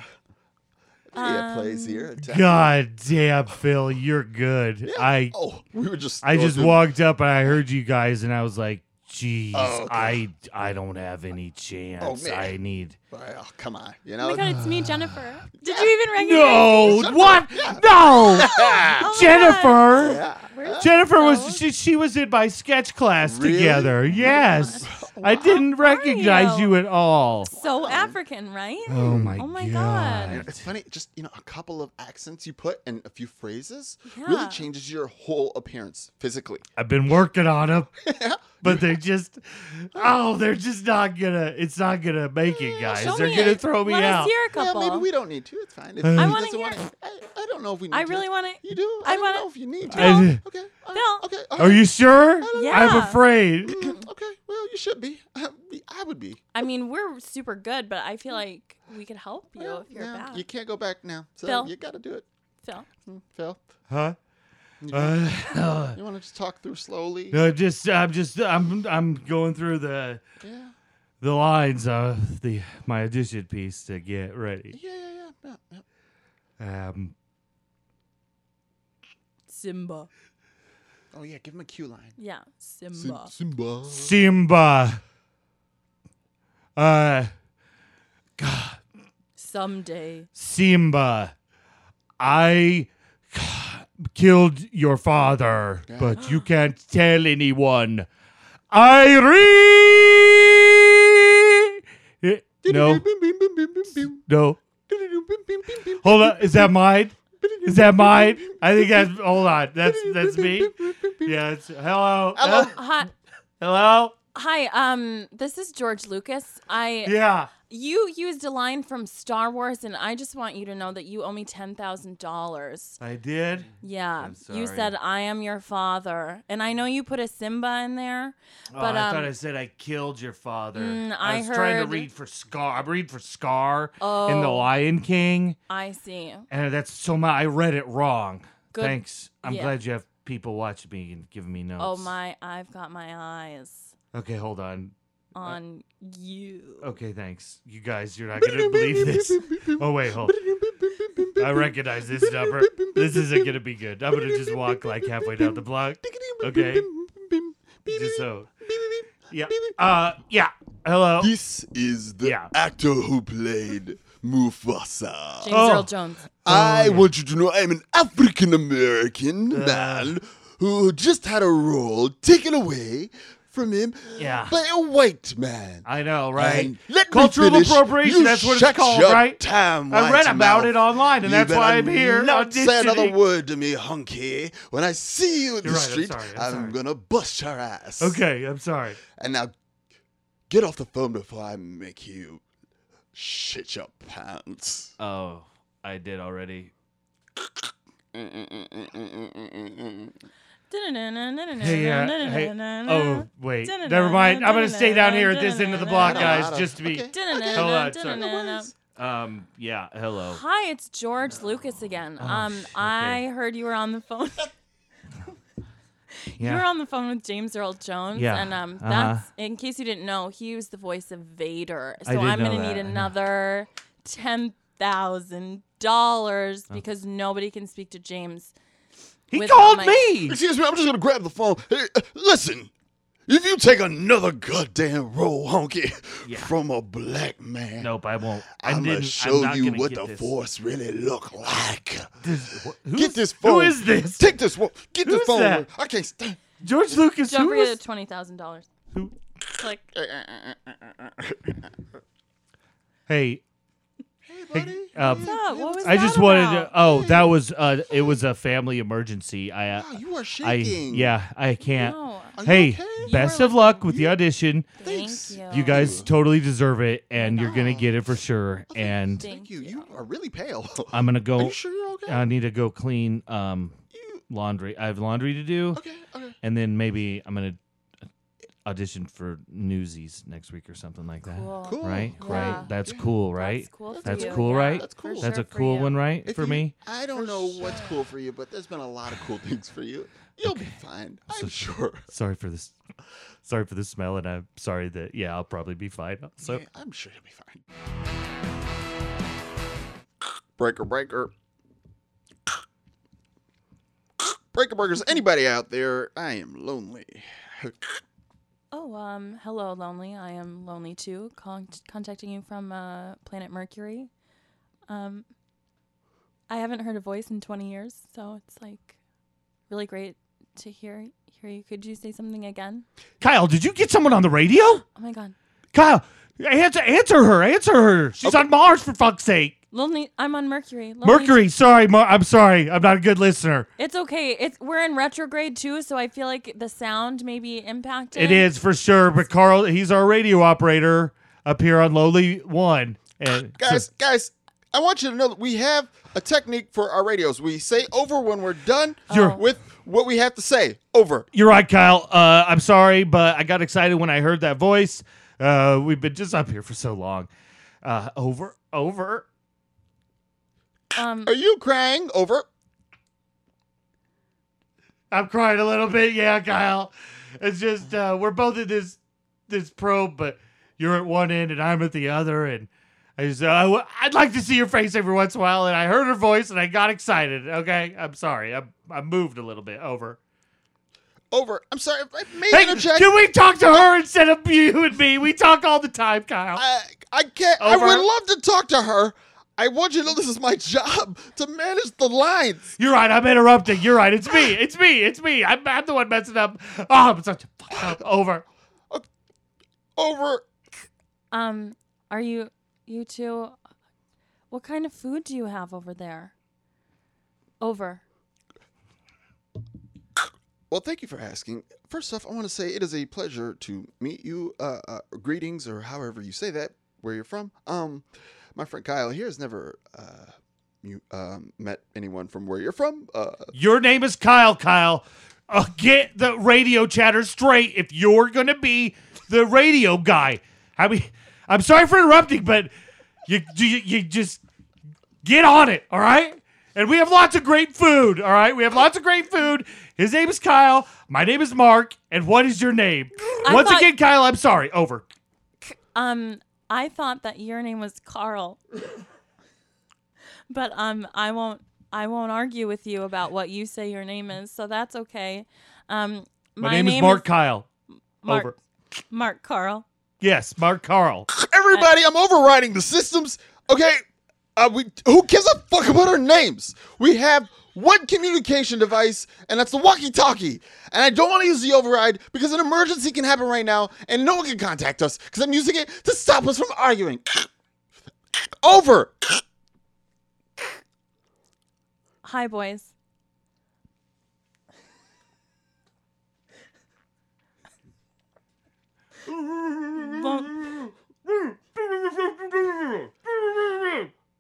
many uh, plays Um, here. at- God damn, Phil, you're good. Yeah. I oh, we were just I going just through- walked up and I heard you guys and I was like, "Jeez, Oh, okay. Oh, I I don't have any chance. man. I need." Oh, come on, you Oh know. my god, it's me, Jennifer. Did you even recognize No, Jennifer, what? yeah. No, Oh my Jennifer. yeah. Where's Jennifer Phil? was she, she was in my sketch class Really? together. Yes. I didn't recognize you at all. So African, right? Oh my, Oh my God. It's funny, just you know, a couple of accents you put and a few phrases Yeah. really changes your whole appearance physically. I've been working on them, but they just, oh, they're just not gonna. It's not gonna make it, guys. Show they're me gonna it. throw me Let out. Us hear a Yeah, couple. maybe we don't need to. It's fine. If I he wanna doesn't want hear- it, I, I don't know if we need I to. really want to. You do? I I, wanna- don't know if you need to. I- Okay. Okay. I- Bill. Okay. Are you sure? Yeah. I'm afraid. Mm, okay. Well, you should be. I, I would be. I mean, we're super good, but I feel like we could help you Well, if you're no, back. You can't go back now. So Phil. you got to do it, Phil. Phil. Huh? Uh, You want to just talk through slowly? No, I'm just, I'm just, I'm, I'm going through the, Yeah. the lines of the my audition piece to get ready. Yeah, yeah, yeah. yeah, yeah. Um, Simba. Oh, yeah. Give him a cue line. Yeah, Simba. Simba. Simba. Uh, God, Someday. Simba, I killed your father, but you can't tell anyone. I re. No, no. Hold on, is that mine? Is that mine? I think that's. Hold on, that's that's me. Yeah, it's hello. Hello. Hi, Hello? hi. Um, this is George Lucas. I Yeah. you used a line from Star Wars, and I just want you to know that you owe me ten thousand dollars. I did. Yeah, sorry. you said I am your father, and I know you put a Simba in there, but oh, I um, thought I said I killed your father. Mm, I I was trying to heard- read for Scar. I read for Scar in The Oh. Lion King, I see. and that's so much. I read it wrong. Good- Thanks. I'm yeah. glad you have people watching me and giving me notes. Oh my, I've got my eyes Okay, hold on. on you. Okay, thanks. You guys, you're not gonna believe this. Oh wait, hold. I recognize this number. This isn't gonna be good. I'm gonna just walk like halfway down the block. Okay. Just so. Yeah. Uh. Yeah. Hello. This is the Yeah. actor who played Mufasa. James Oh. Earl Jones. I want you to know I'm an African American man who just had a role taken away from him Yeah. by a white man. I know, right? And let me Cultural finish. appropriation. You that's what it's shut called, your right? damn I read white about mouth. it online, and You that's why better I'm here. Not say another auditioning. word to me, hunky. When I see you in You're right, the I'm street, sorry, I'm sorry. gonna bust your ass. Okay, I'm sorry. And now get off the phone before I make you shit your pants. Oh, I did already. Hey, uh, hey. uh, Oh, wait. Never mind. I'm gonna stay down here at this end of the block, guys, just to be. Hold on, sorry. Um. Yeah. Hello. Hi, it's George Lucas again. Oh, um, I heard you were on the phone. You were Yeah. on the phone with James Earl Jones, Yeah, and um, uh-huh. that's in case you didn't know, he was the voice of Vader. So did I'm know gonna that, need yeah. another ten thousand dollars Oh. because nobody can speak to James. He with called my- me. Excuse me, I'm just gonna grab the phone. Hey, uh, listen, if you take another goddamn roll, honky, from a black man, Nope, I won't. I I'm didn't. gonna I'm show not you gonna what get the this. force really look like. This- wh- Get who's- this phone. Who is this? Take this phone. Get Who's this phone. that? I can't stand. George Lucas. Don't Who forget is? the twenty thousand dollars. Who- Click. Hey, Hey, buddy. um, Up. What was I that just wanted to. about? Oh, that was. Uh, it was a family emergency. I. Uh, Wow, Ah, you are I. shaking. Yeah, I can't. No. Are you Hey, okay? Oh. best were of luck with the audition. Thank Thanks. you. You guys totally deserve it, and you're gonna get it for sure. And Oh Thank Thank you. You are really pale. I'm gonna Are go. you sure you're okay? I need to go clean um You- laundry. I have laundry to do, okay, okay. and then maybe I'm gonna audition for Newsies next week or something like that. Cool. Cool. Right? Yeah. Right? That's Yeah. cool, right? That's cool. for That's you, cool, yeah, right? That's for cool. That's sure a for cool you. one, right? If for you- me? I don't know what's cool for you, but there's been a lot of cool things for you. You'll be fine. I'm sure. Sorry for this. Sorry for the smell, and I'm sorry that, yeah, I'll probably be fine. So, Yeah, I'm sure you'll be fine. Breaker, breaker. Breaker, breakers. Anybody out there? I am lonely. Oh, um, hello, lonely. I am lonely too. Con- contacting you from uh, planet Mercury. Um, I haven't heard a voice in 20 years, so it's like really great to hear Here, you could you say something again? Kyle, did you get someone on the radio? Oh my God, Kyle, answer, answer her, answer her. She's on Mars for fuck's sake. Lil Ne- I'm on Mercury. Lil Ne- Mercury, sorry, Mar- I'm sorry, I'm not a good listener. It's okay. It's we're in retrograde too, so I feel like the sound may be impacted. It is for sure, but Carl, he's our radio operator up here on Lowly One. And Guys, guys, I want you to know that we have a technique for our radios. We say over when we're done You're- with what we have to say. Over. You're right, Kyle. Uh, I'm sorry, but I got excited when I heard that voice. Uh, we've been just up here for so long. Uh, over, over. Um, Are you crying? Over. I'm crying a little bit. Yeah, Kyle. It's just uh, we're both in this this probe, but you're at one end and I'm at the other, and I just uh, I w- I'd like to see your face every once in a while, and I heard her voice and I got excited. Okay, I'm sorry. I I moved a little bit. Over. Over. I'm sorry. I may Hey, interject. can we talk to her instead of you and me? We talk all the time, Kyle. I, I can't. I Over. would love to talk to her. I want you to know this is my job to manage the lines. You're right. I'm interrupting. You're right. It's me. It's me. It's me. I'm, I'm the one messing up. Oh, I'm such a fuck up. Over. Over. um, are you you two? What kind of food do you have over there? Over. Well, thank you for asking. First off, I want to say it is a pleasure to meet you. Uh, uh, greetings, or however you say that, where you're from. Um, my friend Kyle here has never uh, you, um, met anyone from where you're from. Uh, Your name is Kyle. Kyle. Uh, get the radio chatter straight. If you're gonna be the radio guy, I mean, I'm sorry for interrupting, but you you, you just get on it. All right. And we have lots of great food. All right. We have lots of great food. His name is Kyle. My name is Mark. And what is your name? I Once thought- again, Kyle. I'm sorry. Over. Um, I thought that your name was Carl, but um, I won't. I won't argue with you about what you say your name is, so that's okay. Um, My, name, is Mark Kyle. Mark, Over. Mark Carl. Yes, Mark Carl. everybody, I'm overriding the systems. Okay, uh, we who gives a fuck about our names? We have one communication device, and that's the walkie-talkie. And I don't want to use the override because an emergency can happen right now, and no one can contact us because I'm using it to stop us from arguing. Over. Hi, boys. Lon-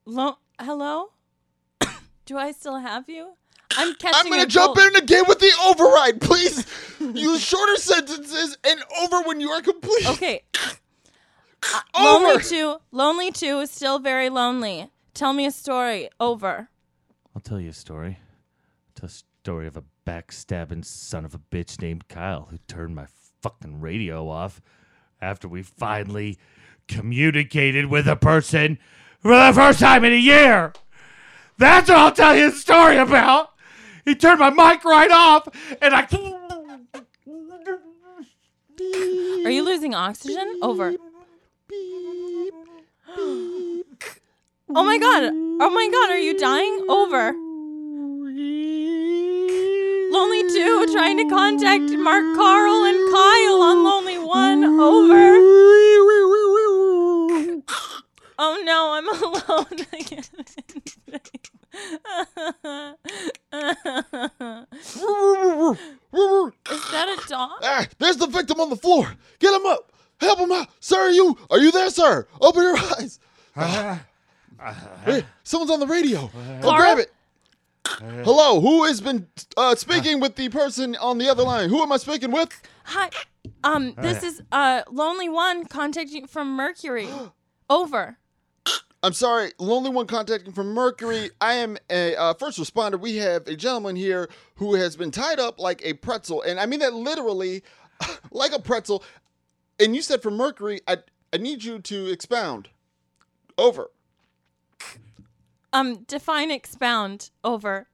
Lon- hello? Do I still have you? I'm catching. I'm gonna a jump cold. in again with the override, please. Use shorter sentences and over when you are complete. Okay. Uh, Over. lonely two. Lonely two is still very lonely. Tell me a story. Over. I'll tell you a story. Tell a story of a backstabbing son of a bitch named Kyle who turned my fucking radio off after we finally communicated with a person for the first time in a year. That's what I'll tell you a story about. He turned my mic right off and I Are you losing oxygen? Over. Oh my god. Oh my god, are you dying? Over. Lonely 2 trying to contact Mark Carl and Kyle on Lonely 1. Over. Oh no, I'm alone. I can't- Is that a dog? Ah, there's the victim on the floor. Get him up. Help him out. Sir, are you are you there, sir? Open your eyes. Hey, someone's on the radio. Go grab it. Hello, who has been uh, speaking with the person on the other line? Who am I speaking with? Hi. Um, this is uh Lonely One contacting from Mercury. Over. I'm sorry, lonely one contacting from Mercury. I am a uh, first responder. We have a gentleman here who has been tied up like a pretzel, and I mean that literally, like a pretzel. And you said from Mercury. I I need you to expound. Over. Um, define expound. Over.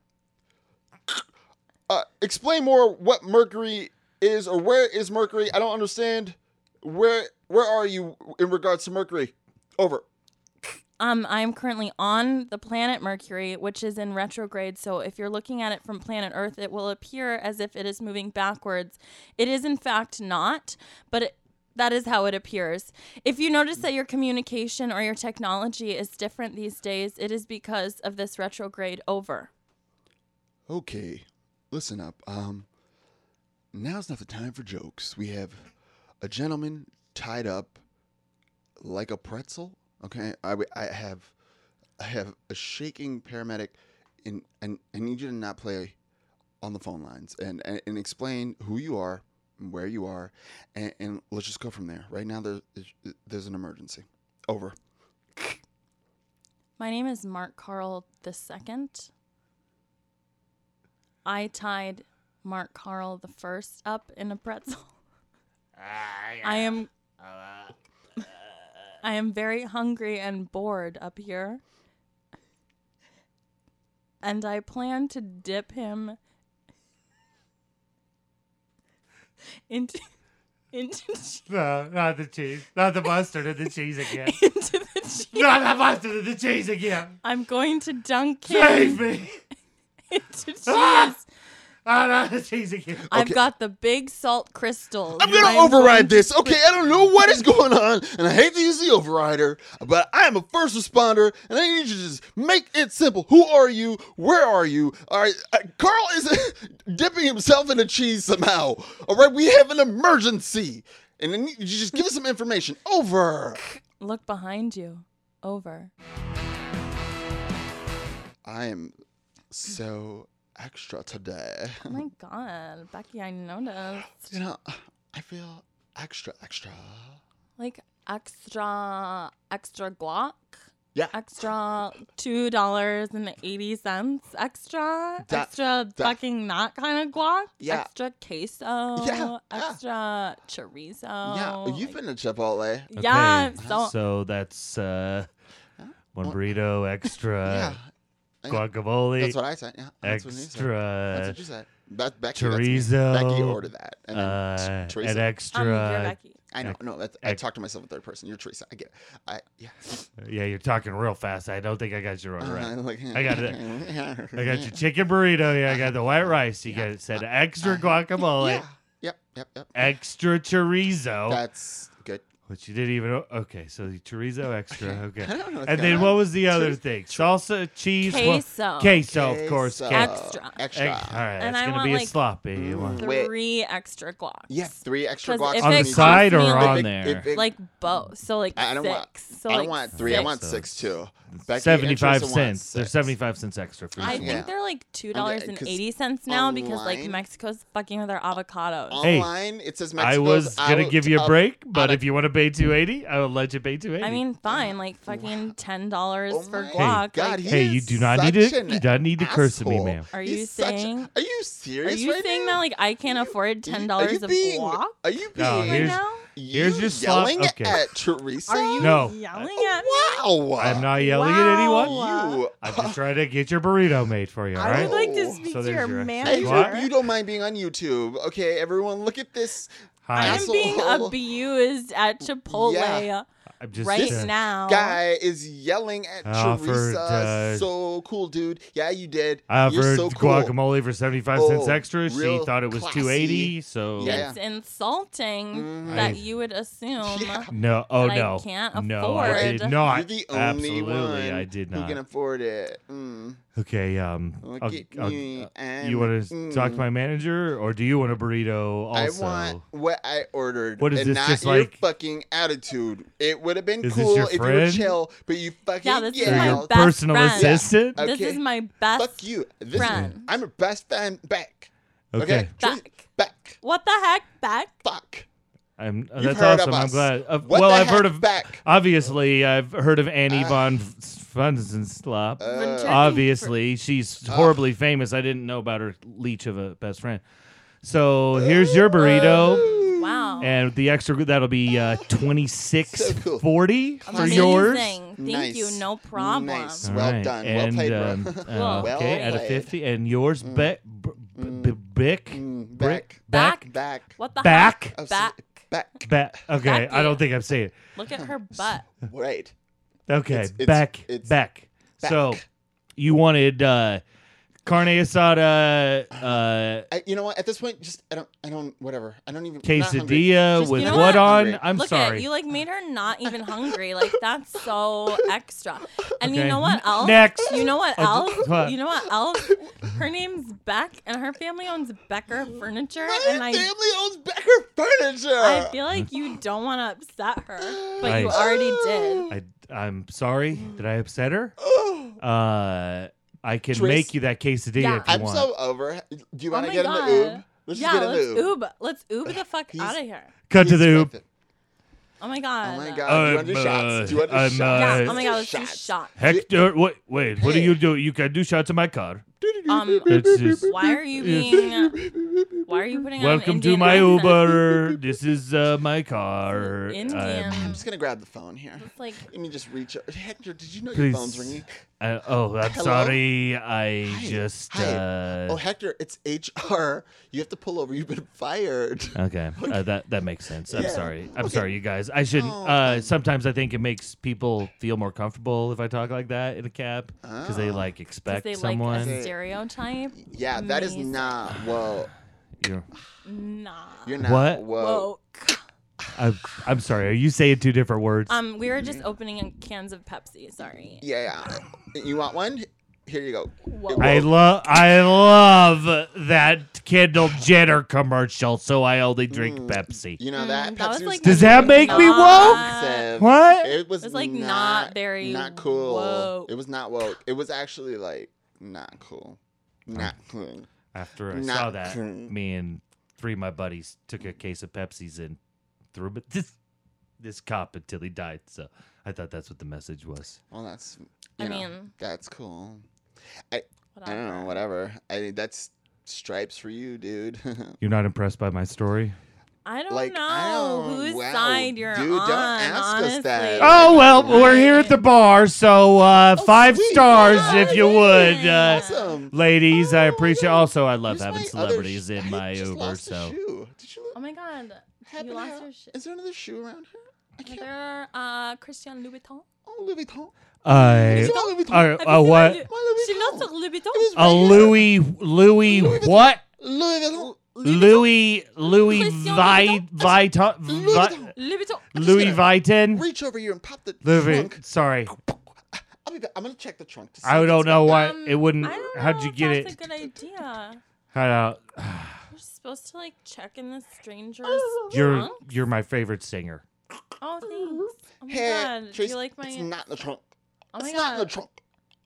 uh, explain more what Mercury is or where is Mercury? I don't understand. Where where are you in regards to Mercury? Over. Um, I am currently on the planet Mercury, which is in retrograde. So if you're looking at it from planet Earth, it will appear as if it is moving backwards. It is, in fact, not, but it, that is how it appears. If you notice that your communication or your technology is different these days, it is because of this retrograde over. Okay, listen up. Um, now's not the time for jokes. We have a gentleman tied up like a pretzel. Okay, I, w- I have I have a shaking paramedic, and and I need you to not play on the phone lines and and, and explain who you are, and where you are, and, and let's just go from there. Right now, there's there's an emergency. Over. My name is Mark Carl the second. I tied Mark Carl the first up in a pretzel. Ah, I am Uh, I am very hungry and bored up here. And I plan to dip him into into No, not the cheese. Not the mustard and the cheese again. into the cheese. not the mustard and the cheese again. I'm going to dunk Save him me. into cheese. Ah! Ah, not the cheese again. I've got the big salt crystals. I'm gonna override this. Okay, I don't know what is going on, and I hate to use the overrider, but I am a first responder, and I need you to just make it simple. Who are you? Where are you? All right, uh, Carl is dipping himself in a cheese somehow. All right, we have an emergency, and then you just give us some information. Over. Look behind you. Over. I am so extra today. Oh my god, Becky, I noticed. You know, I feel extra, extra. Like extra, extra guac. Yeah. Extra two dollars and eighty cents. Extra, That- extra that- fucking not kind of guac. Yeah. Extra queso. Yeah, yeah. Extra chorizo. yeah, you've been to Chipotle. Yeah. Okay, So so that's uh, one burrito yeah. extra yeah. guacamole. That's what I said. Yeah, that's what he said. That's extra what you said. That Becky, That's me. chorizo. Becky ordered that, and then uh, t- an Teresa. um, you're extra. Becky. I know. No, that's, I ex- talked to myself in third person. You're Teresa. I get. It. I yeah. yeah, you're talking real fast. I don't think I got your order right. I'm like, I got it. I got your you. chicken burrito. Yeah, I got the white rice. You got it said extra guacamole, Uh, Yeah. Yep. Yep. Yep. extra chorizo, That's good. which you didn't even. Okay, so the chorizo extra. Uh, Okay, I don't know what's and then going what on. was the other thing? Salsa, cheese, well, Queso. queso, of course, Queso. queso. Extra. Extra. Egg- all right, And it's I gonna want, be a like, sloppy one. Wait. Three extra guacs. Yeah. Three extra 'Cause guacs if for on it the me. costs side or me, like, on If it- there. if it- like both. So like I don't six. want. so I don't like want three. I six. want So six too. Becky and Seventy-five Teresa want cents. They're six. seventy-five cents extra for I each Yeah. one. think they're like two dollars Okay, and 'cause eighty cents now because like online- Oh, Mexico's fucking with our avocados. Hey, Online, it says Mexico's I was gonna out give you a of- break, but out if you want to pay two eighty, I will let you pay two eighty. I mean, fine, like fucking ten dollars Oh for my guac. God, like, he Hey, you is do not need such to- an you don't need to curse at me, asshole. ma'am. Are He's you such a- saying- are you are serious? you right saying now? that like I can't Are afford you- ten are dollars you of being- guac? Are you being No, right here's- now? you here's your slop- yelling okay. at Teresa? Are you No. Oh, yelling at me? Wow. I'm not yelling at anyone. Wow. You. I'm just trying to get your burrito made for you. All I right. would like to Oh. speak So to there's your your extra I manager. guac. hope you don't mind being on YouTube. Okay, everyone, look at this. Hi. I am asshole. being abused at Chipotle Yeah. I'm just right uh, now. Guy is yelling at I offered, Teresa. uh, so cool, dude. Yeah, you did. I You're offered so cool. Uh, guacamole for seventy-five cents Oh, extra. She real thought it was classy. two eighty. So Yeah. It's insulting Mhm. that I- you would assume. Yeah. no. Oh That I no. can't no, I did afford. not. You're the only Absolutely, one I did who not. can afford it. Mm. Okay. Um. Look I'll- at I'll- me. I'm- you want to talk to mm. my manager, or do you want a burrito also? I want what I ordered. What is and this, Not just your like- fucking attitude. It would have been Is this cool your if you were friend? chill, but you fucking Yeah, this is Or my your best personal friend. assistant? Yeah. Uh, This Okay. is my best Fuck you. This is- friend. I'm your best friend back. Okay. Okay. Just Back. Back. What the heck, Beck? Fuck. I'm, uh, that's You've heard of awesome. I'm us. glad. Of- What well, the I've heard heck of back? Obviously, I've heard of Annie Ah. von Funzenslop. Uh, Been checking Obviously, she's horribly famous. I didn't know about her leech of a best friend. So Uh, here's your burrito, for- Wow. and the extra that'll be uh, twenty six So cool. forty for Amazing. yours. Thank Nice. you. No problem. Nice. All Well right, done. Well And, played, bro. um, uh, Well okay, out of played. fifty, and yours, Beck, b- b- Bick, Mm, Brick, Back. Beck, Back. What the Back. Oh, heck? so- Back. Back. Beck. Okay, I Becky. don't think I'm saying it. Look at her butt. Right. Okay, It's- it's- back, it's back. So back. you wanted uh, carne asada uh, I, you know what? At this point, just I don't, I don't, whatever. I don't even I'm not hungry. quesadilla Just- with you know what what? on? Hungry. I'm Look at sorry. you like made her not even hungry. Like that's so extra. And you Okay. know what else? Next. You know what Oh, else? what? You know what else? Her name's Beck, and her family owns Becker Furniture. My And family I, owns Becker Furniture. I feel like you don't want to upset her, but you I- already did. I, I'm sorry. Did I upset her? Oh, Uh, I can Tris- make you that quesadilla Yeah. if you I'm want. so over. it. Do you Oh want to my get in God. the oob? Let's yeah, just get in let's the oob. oob. Let's oob the fuck He's- out of here. Cut to He's the hoop. with it. Oh my god. Oh my god! do you want to do I'm, shots? Do you want to do uh, I'm, shots? Yeah. Uh, oh my god. Let's do shots. Hector, wait, wait. What do Hey. you do? You can do shots in my car. Um, It's just, why are you Yes. being? Why are you putting? on an Welcome to Indian my accent? Uber. This is uh, my car. Indian. Um, I'm just gonna grab the phone here. It's like Let me just reach. Up. Hector, did you know Please. your phone's ringing? uh, oh, I'm Hello? sorry. I Hi. just. Hi. Uh, Oh, Hector, it's HR. You have to pull over. You've been fired. Okay, uh, that that makes sense. I'm Yeah. sorry. I'm sorry, you guys. I shouldn't. Oh, uh, sometimes I think it makes people feel more comfortable if I talk like that in a cab because they Oh. like because expect they someone. like a stereotype. Yeah, that is Amazing. not. Whoa, You're- Nah. you're not. What? Whoa. Whoa. I'm, I'm sorry. Are you saying two different words? Um, we were Mm. just opening in cans of Pepsi. Sorry. Yeah, yeah. You want one? Here you go. Whoa. I love I love that Kendall Jenner commercial, so I only drink Mm, Pepsi. You know Mm, that? that was Pepsi like Does that make me Nah. woke? expensive. What? It was It's like not very not cool. woke. It was not woke. It was actually like not cool. Not cool. After I Not saw that, true. me and three of my buddies took a case of Pepsis and threw it this this cop until he died. So I thought that's what the message was. Well, that's. I You know, mean- that's cool. I Whatever. don't know. Whatever. I mean, that's stripes for you, dude. You're not impressed by my story? I don't Like, know I don't- whose wow, side you're dude, don't on. ask us honestly. that. Oh well, we're here at the bar, so uh, Oh, five sweet. stars Oh, if you would. Uh, yeah. awesome. Ladies, I appreciate. yeah. Also, I love Where's having my other celebrities shoe? in I my just Uber. lost a So shoe. Did you? Oh my god. happen you to lost have- your shit. Is there another shoe around here? I Are can't. there uh Christian Louboutin? Oh, Louis Vuitton. I Is it all Louis Vuitton? uh, Have you uh, seen what? Louis- My Louis She Vuitton. lost a Loubouton. It was A right here. Louis Louis Louis Vuitton. what? Louis Vuitton. Louis Louis Christian Vi Vuitton Louis Vi- Vuitton. Loubouton. Louis gonna- Vuitton. Reach over here and pop the Louis. trunk. Sorry, I'll be back. I'm gonna check the trunk. To see I if don't it's- know why Um, it wouldn't. I don't How'd know you if get it? That's a good idea. Cut out. You're supposed to like check in the stranger's You're trunk? you're my favorite singer. Oh, thanks. Oh my Hey, god. Do Trace, you like my? It's not in the trunk. oh my it's not in the god. trunk.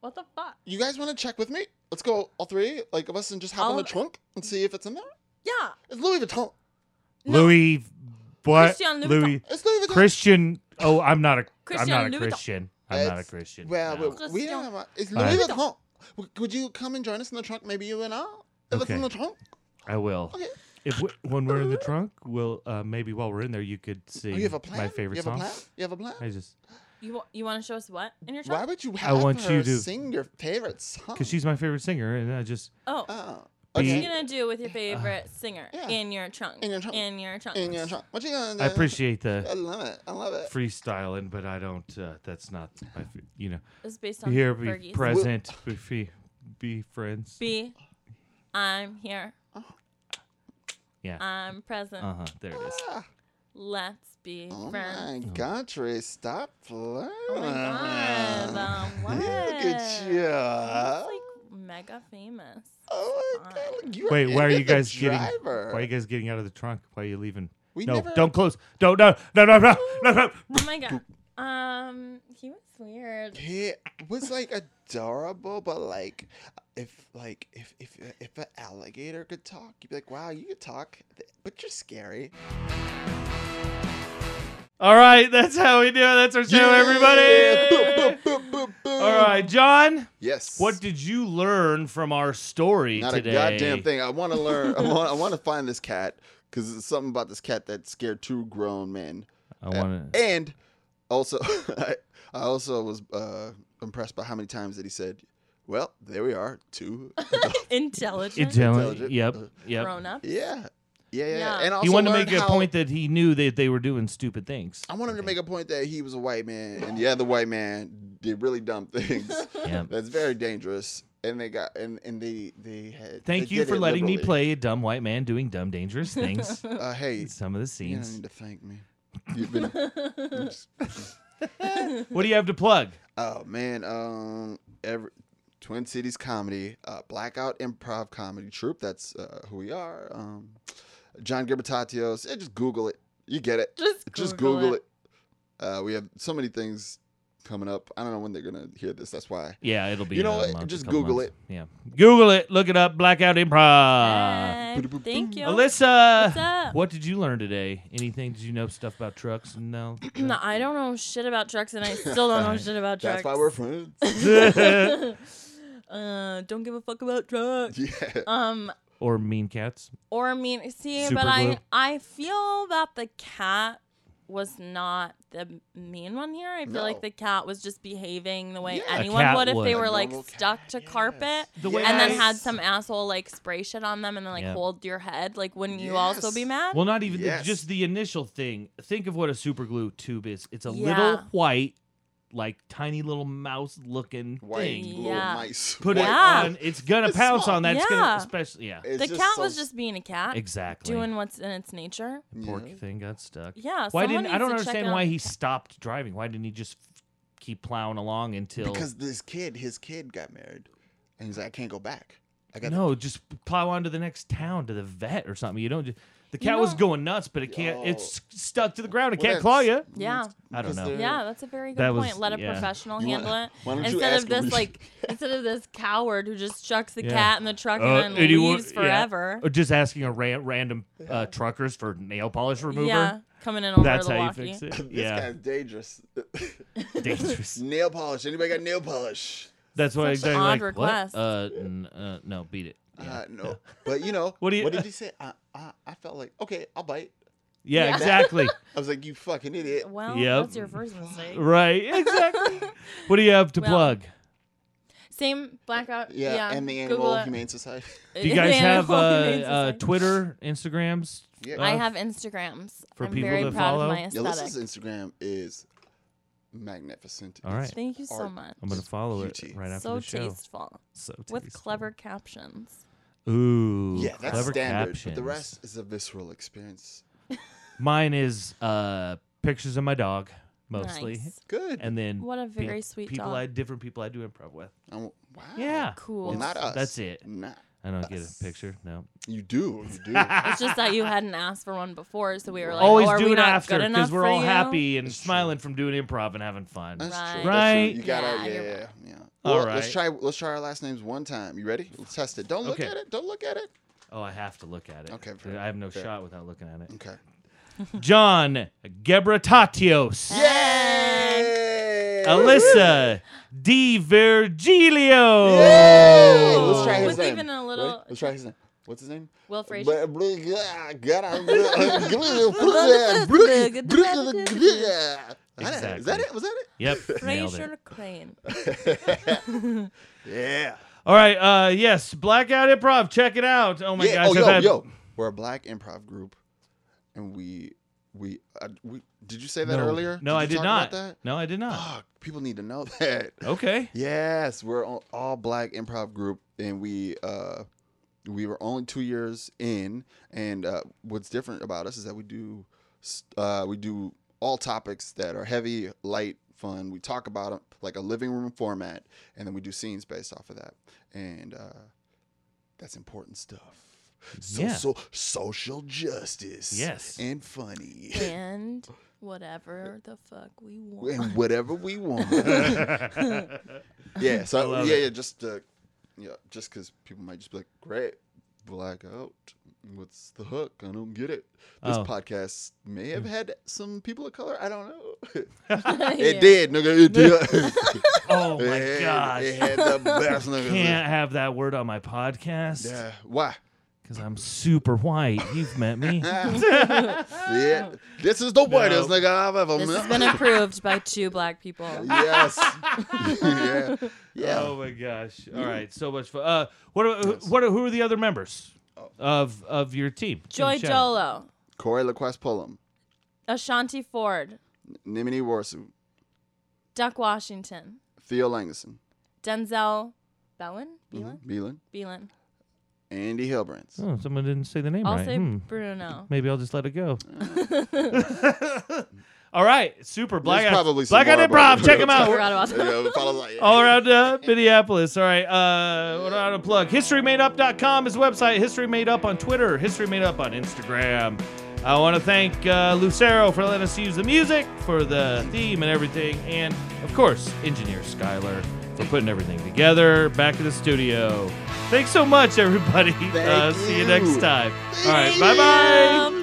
What the fuck? You guys want to check with me? Let's go all three, like of us, and just hop All on the of- trunk and see if it's in there. Yeah. It's Louis Vuitton. No. Louis what? Christian Louis Louis It's Louis Vuitton. Christian. Oh, I'm not a. I'm Christian not a Louis Vuitton. Christian. I'm not a It's- Christian. Well, no. we, we don't Christian. have a, It's Alright. Louis Vuitton. W- Would you come and join us in the trunk? Maybe you and I. If it's Okay. in the trunk. I will. Okay. If we, when we're in the trunk, we'll uh, maybe while we're in there, you could sing Oh, you have a plan. my favorite you have song. a plan. You have a plan. I just You wa- you want to show us what in your Why trunk? would you I have want her you to- sing your favorite song? because she's my favorite singer, and I just Oh. Oh. What Be- you Okay. gonna do with your favorite singer yeah. in your trunk? In your trunk. In your trunk. In your trunk. What you gonna do? I appreciate I the love it. I love it. freestyling, but I don't. Uh, that's not my. fa- You know, It's based be on here, be Fergie's. present, be free, be friends. B. I'm here. yeah. I'm present. Uh huh. There it is. Ah, Let's be Oh friends. my God, Trey, stop flirting. Oh my god. Um, what? Look at you. He's like mega famous. Oh my God, look, you Wait, why are into you the guys getting? driver. Why are you guys getting out of the trunk? Why are you leaving? We no, never- don't close. Don't no no no no no no. Oh my god. Um, he was weird. He was like adorable, but like, if like if if if an alligator could talk, you'd be like, wow, you could talk, but you're scary. All right, that's how we do it. That's our show, everybody. All right, John. Yes. What did you learn from our story Not today? a goddamn thing. I want to learn. I want. I want to find this cat because there's something about this cat that scared two grown men. I want to. And also, I, I also was uh, impressed by how many times that he said, "Well, there we are, two Intelligent. Intelligent. Intelligent. Yep. Uh, Yep. Grown up. Yeah. Yeah, yeah. Yeah. yeah. And also he wanted to learned make a how- point that he knew that they were doing stupid things. I wanted to make a point that he was a white man, and yeah, the white man did really dumb things. Yeah. That's very dangerous. And they got and and they they had. Thank they you did for it letting me liberally. play a dumb white man doing dumb dangerous things. Uh, hey, in some of the you don't scenes. need to thank me. You've been. What do you have to plug? oh man, um, every, Twin Cities comedy, uh, Blackout Improv Comedy Troupe. That's uh, who we are. Um, John Gilbertatios. Eh, just Google it. You get it. Just Google, just Google it. Uh, we have so many things coming up. I don't know when they're gonna hear this. That's why. Yeah, it'll be. You know a what? month, a Just couple Google months. Yeah, Google it. Look it up. Blackout Improv. And thank you. What's Uh, Alyssa, up? what did you learn today? Anything? Did you know stuff about trucks? No. No, I don't know shit about trucks, and I still don't know shit about trucks. That's why we're friends. uh, don't give a fuck about trucks. yeah. Um, or mean cats? or I mean, see, Super but glue. I I feel that the cat was not the mean one here. I feel No. like the cat was just behaving the way Yeah. A anyone cat would if they would. were A like normal stuck cat, to yes. carpet. The way And then Yes. had some asshole like spray shit on them and then like Yeah. hold your head. Like, wouldn't you also Yes. be mad? Well, not even the- Yes. just the initial thing. Think of what a super glue tube is. It's a little Yeah. white, like tiny little mouse looking White thing. little Yeah. mice. Put White- it Yeah. on. It's gonna It's pounce small. on that. It's gonna Yeah. especially yeah. It's the cat so- was just being a cat, Exactly. doing what's in its nature. Yeah. pork thing got stuck. Yeah. Why Uh, someone didn't I needs don't to check understand out why the he cat. stopped driving? Why didn't he just keep plowing along until Because this kid, his kid got married, and he's like, I can't go back. I got No, just plow on to the next town to the vet or something. You don't just, the You cat was know- going nuts, but it can't Yo. it's stuck to the ground. It Well, can't claw you. that's- I Yeah. don't because know. they're- Yeah, that's a very good That point. was- Let a yeah. professional You wanna- handle it why don't you instead ask of him this if- like instead of this coward who just chucks the Yeah. cat in the truck Uh, and then anyone- leaves yeah. forever. Or just asking a ra- random uh, truckers for nail polish remover. Yeah, coming in over That's the how you walkie. fix it. This yeah, guy's dangerous. Uh, dangerous. nail polish. Anybody got nail polish? That's why Such exactly an like odd what? request. Uh, n- uh, no, beat it. Yeah, Uh, no. But you know, What what, do you- did he say? I, I, I felt like, okay, I'll bite. yeah, Yeah. exactly. I was like, you fucking idiot. Well, Yep. that's your first mistake. right, exactly. what do you have to Well, plug? Same blackout. Yeah, Yeah, and the Animal Google it. Humane Society. Do you guys The have uh, Animal Humane uh, Society. Twitter, Instagrams? Yeah. Uh, I have Instagrams. for I'm people very to proud follow? of my Yeah, Alyssa's aesthetic. Instagram is magnificent. All right. It's Thank you so art. much. I'm gonna follow it Cutie. right after so the show. tasteful So with tasteful. clever captions. Ooh, Yeah, that's clever standard. Captions. But the rest is a visceral experience. Mine is uh, pictures of my dog mostly, Nice. Good. and then What a pe- very sweet people dog. I different people I do improv with. Oh, wow. Yeah, Cool. Well, not us. That's it. Nah. I don't get a picture. No, You do. You do. It's just that you hadn't asked for one before, so we were like, always oh, are do we it not after good enough we're for all you? happy and That's true. Uh-huh. smiling from doing improv and having fun. That's Right. true. Right? That's true. You gotta, Yeah, yeah, you're yeah, yeah. All Well, Let's right. try. Let's try our last names one time. You ready? Let's test it. Don't look Okay. at it. Don't look at it. Oh, I have to look at it. Okay, fair, I have no fair. shot without looking at it. Okay. John Gebratatios. Yay! Alyssa Di Virgilio. Yay! Let's try his With name. even a Ready? little- Let's try his name. What's his name? Will Blah, Frazier. blah, blah, gotta- blah, blah, blah, blah, blah, blah, blah. Is that it? Was that it? Yep. nailed it. Fraser Crane. Yeah. All right. Uh, yes, Blackout Improv. Check it out. Oh my yeah. gosh. oh, I've yo, had- yo. We're a black improv group, and we we uh, we. Did you say that No. earlier? No, you I did talk not. About that? Ah. No, I did not. Fuck, people need to know that. Okay. Yes, we're an all black improv group, and we uh, we were only two years in. And uh, what's different about us is that we do s- uh, we do all topics that are heavy, light, fun. We talk about them like a living room format, and then we do scenes based off of that. And uh, that's important stuff. So, Yeah. so social justice. Yes. and funny. And whatever the fuck we want. and whatever we want. yeah, so love yeah, it. yeah, just uh, yeah, just because people might just be like, "Great, blackout. What's the hook? I don't get it." This Oh. Hmm. podcast may have had some people of color. I don't know. Yeah. it did, nigga. It did. Oh It my had- It gosh. had the best nigga. Can't have that word on my podcast Yeah. Why? because I'm super white. You've met me. Yeah. This is the whitest nigga I've ever This has met. been approved by two black people. yes. yeah. Yeah. uh, Oh my gosh! All right, so much fun. Uh, what? Are, who- what? Are, who are the other members? of of your team. Joy Give 'em a shout out. Jolo, Corey Laquest Pullum, Ashanti Ford, Nimini Warsu, Duck Washington, Theo Langison, Denzel Bowen, Mm-hmm. Beelan, Beelan, Beelan. Andy Hillbrands. Oh, someone didn't say the name I'll right. say Hmm. Bruno. Maybe I'll just let it go. All right, super black. There's Eyed- probably some black more Eyed about improv. it. Check them out. Forgot about that. Yeah, follow like- all around uh, Minneapolis. All right, uh, what do I want to plug? HistoryMadeUp.com is website. History Made Up on Twitter. History Made Up on Instagram. I want to thank uh, Lucero for letting us use the music for the theme and everything, and of course, engineer Skylar for putting everything together. Back to the studio. Thanks so much, everybody. Thank uh, See you you. next time. All right, Thank bye bye. Um,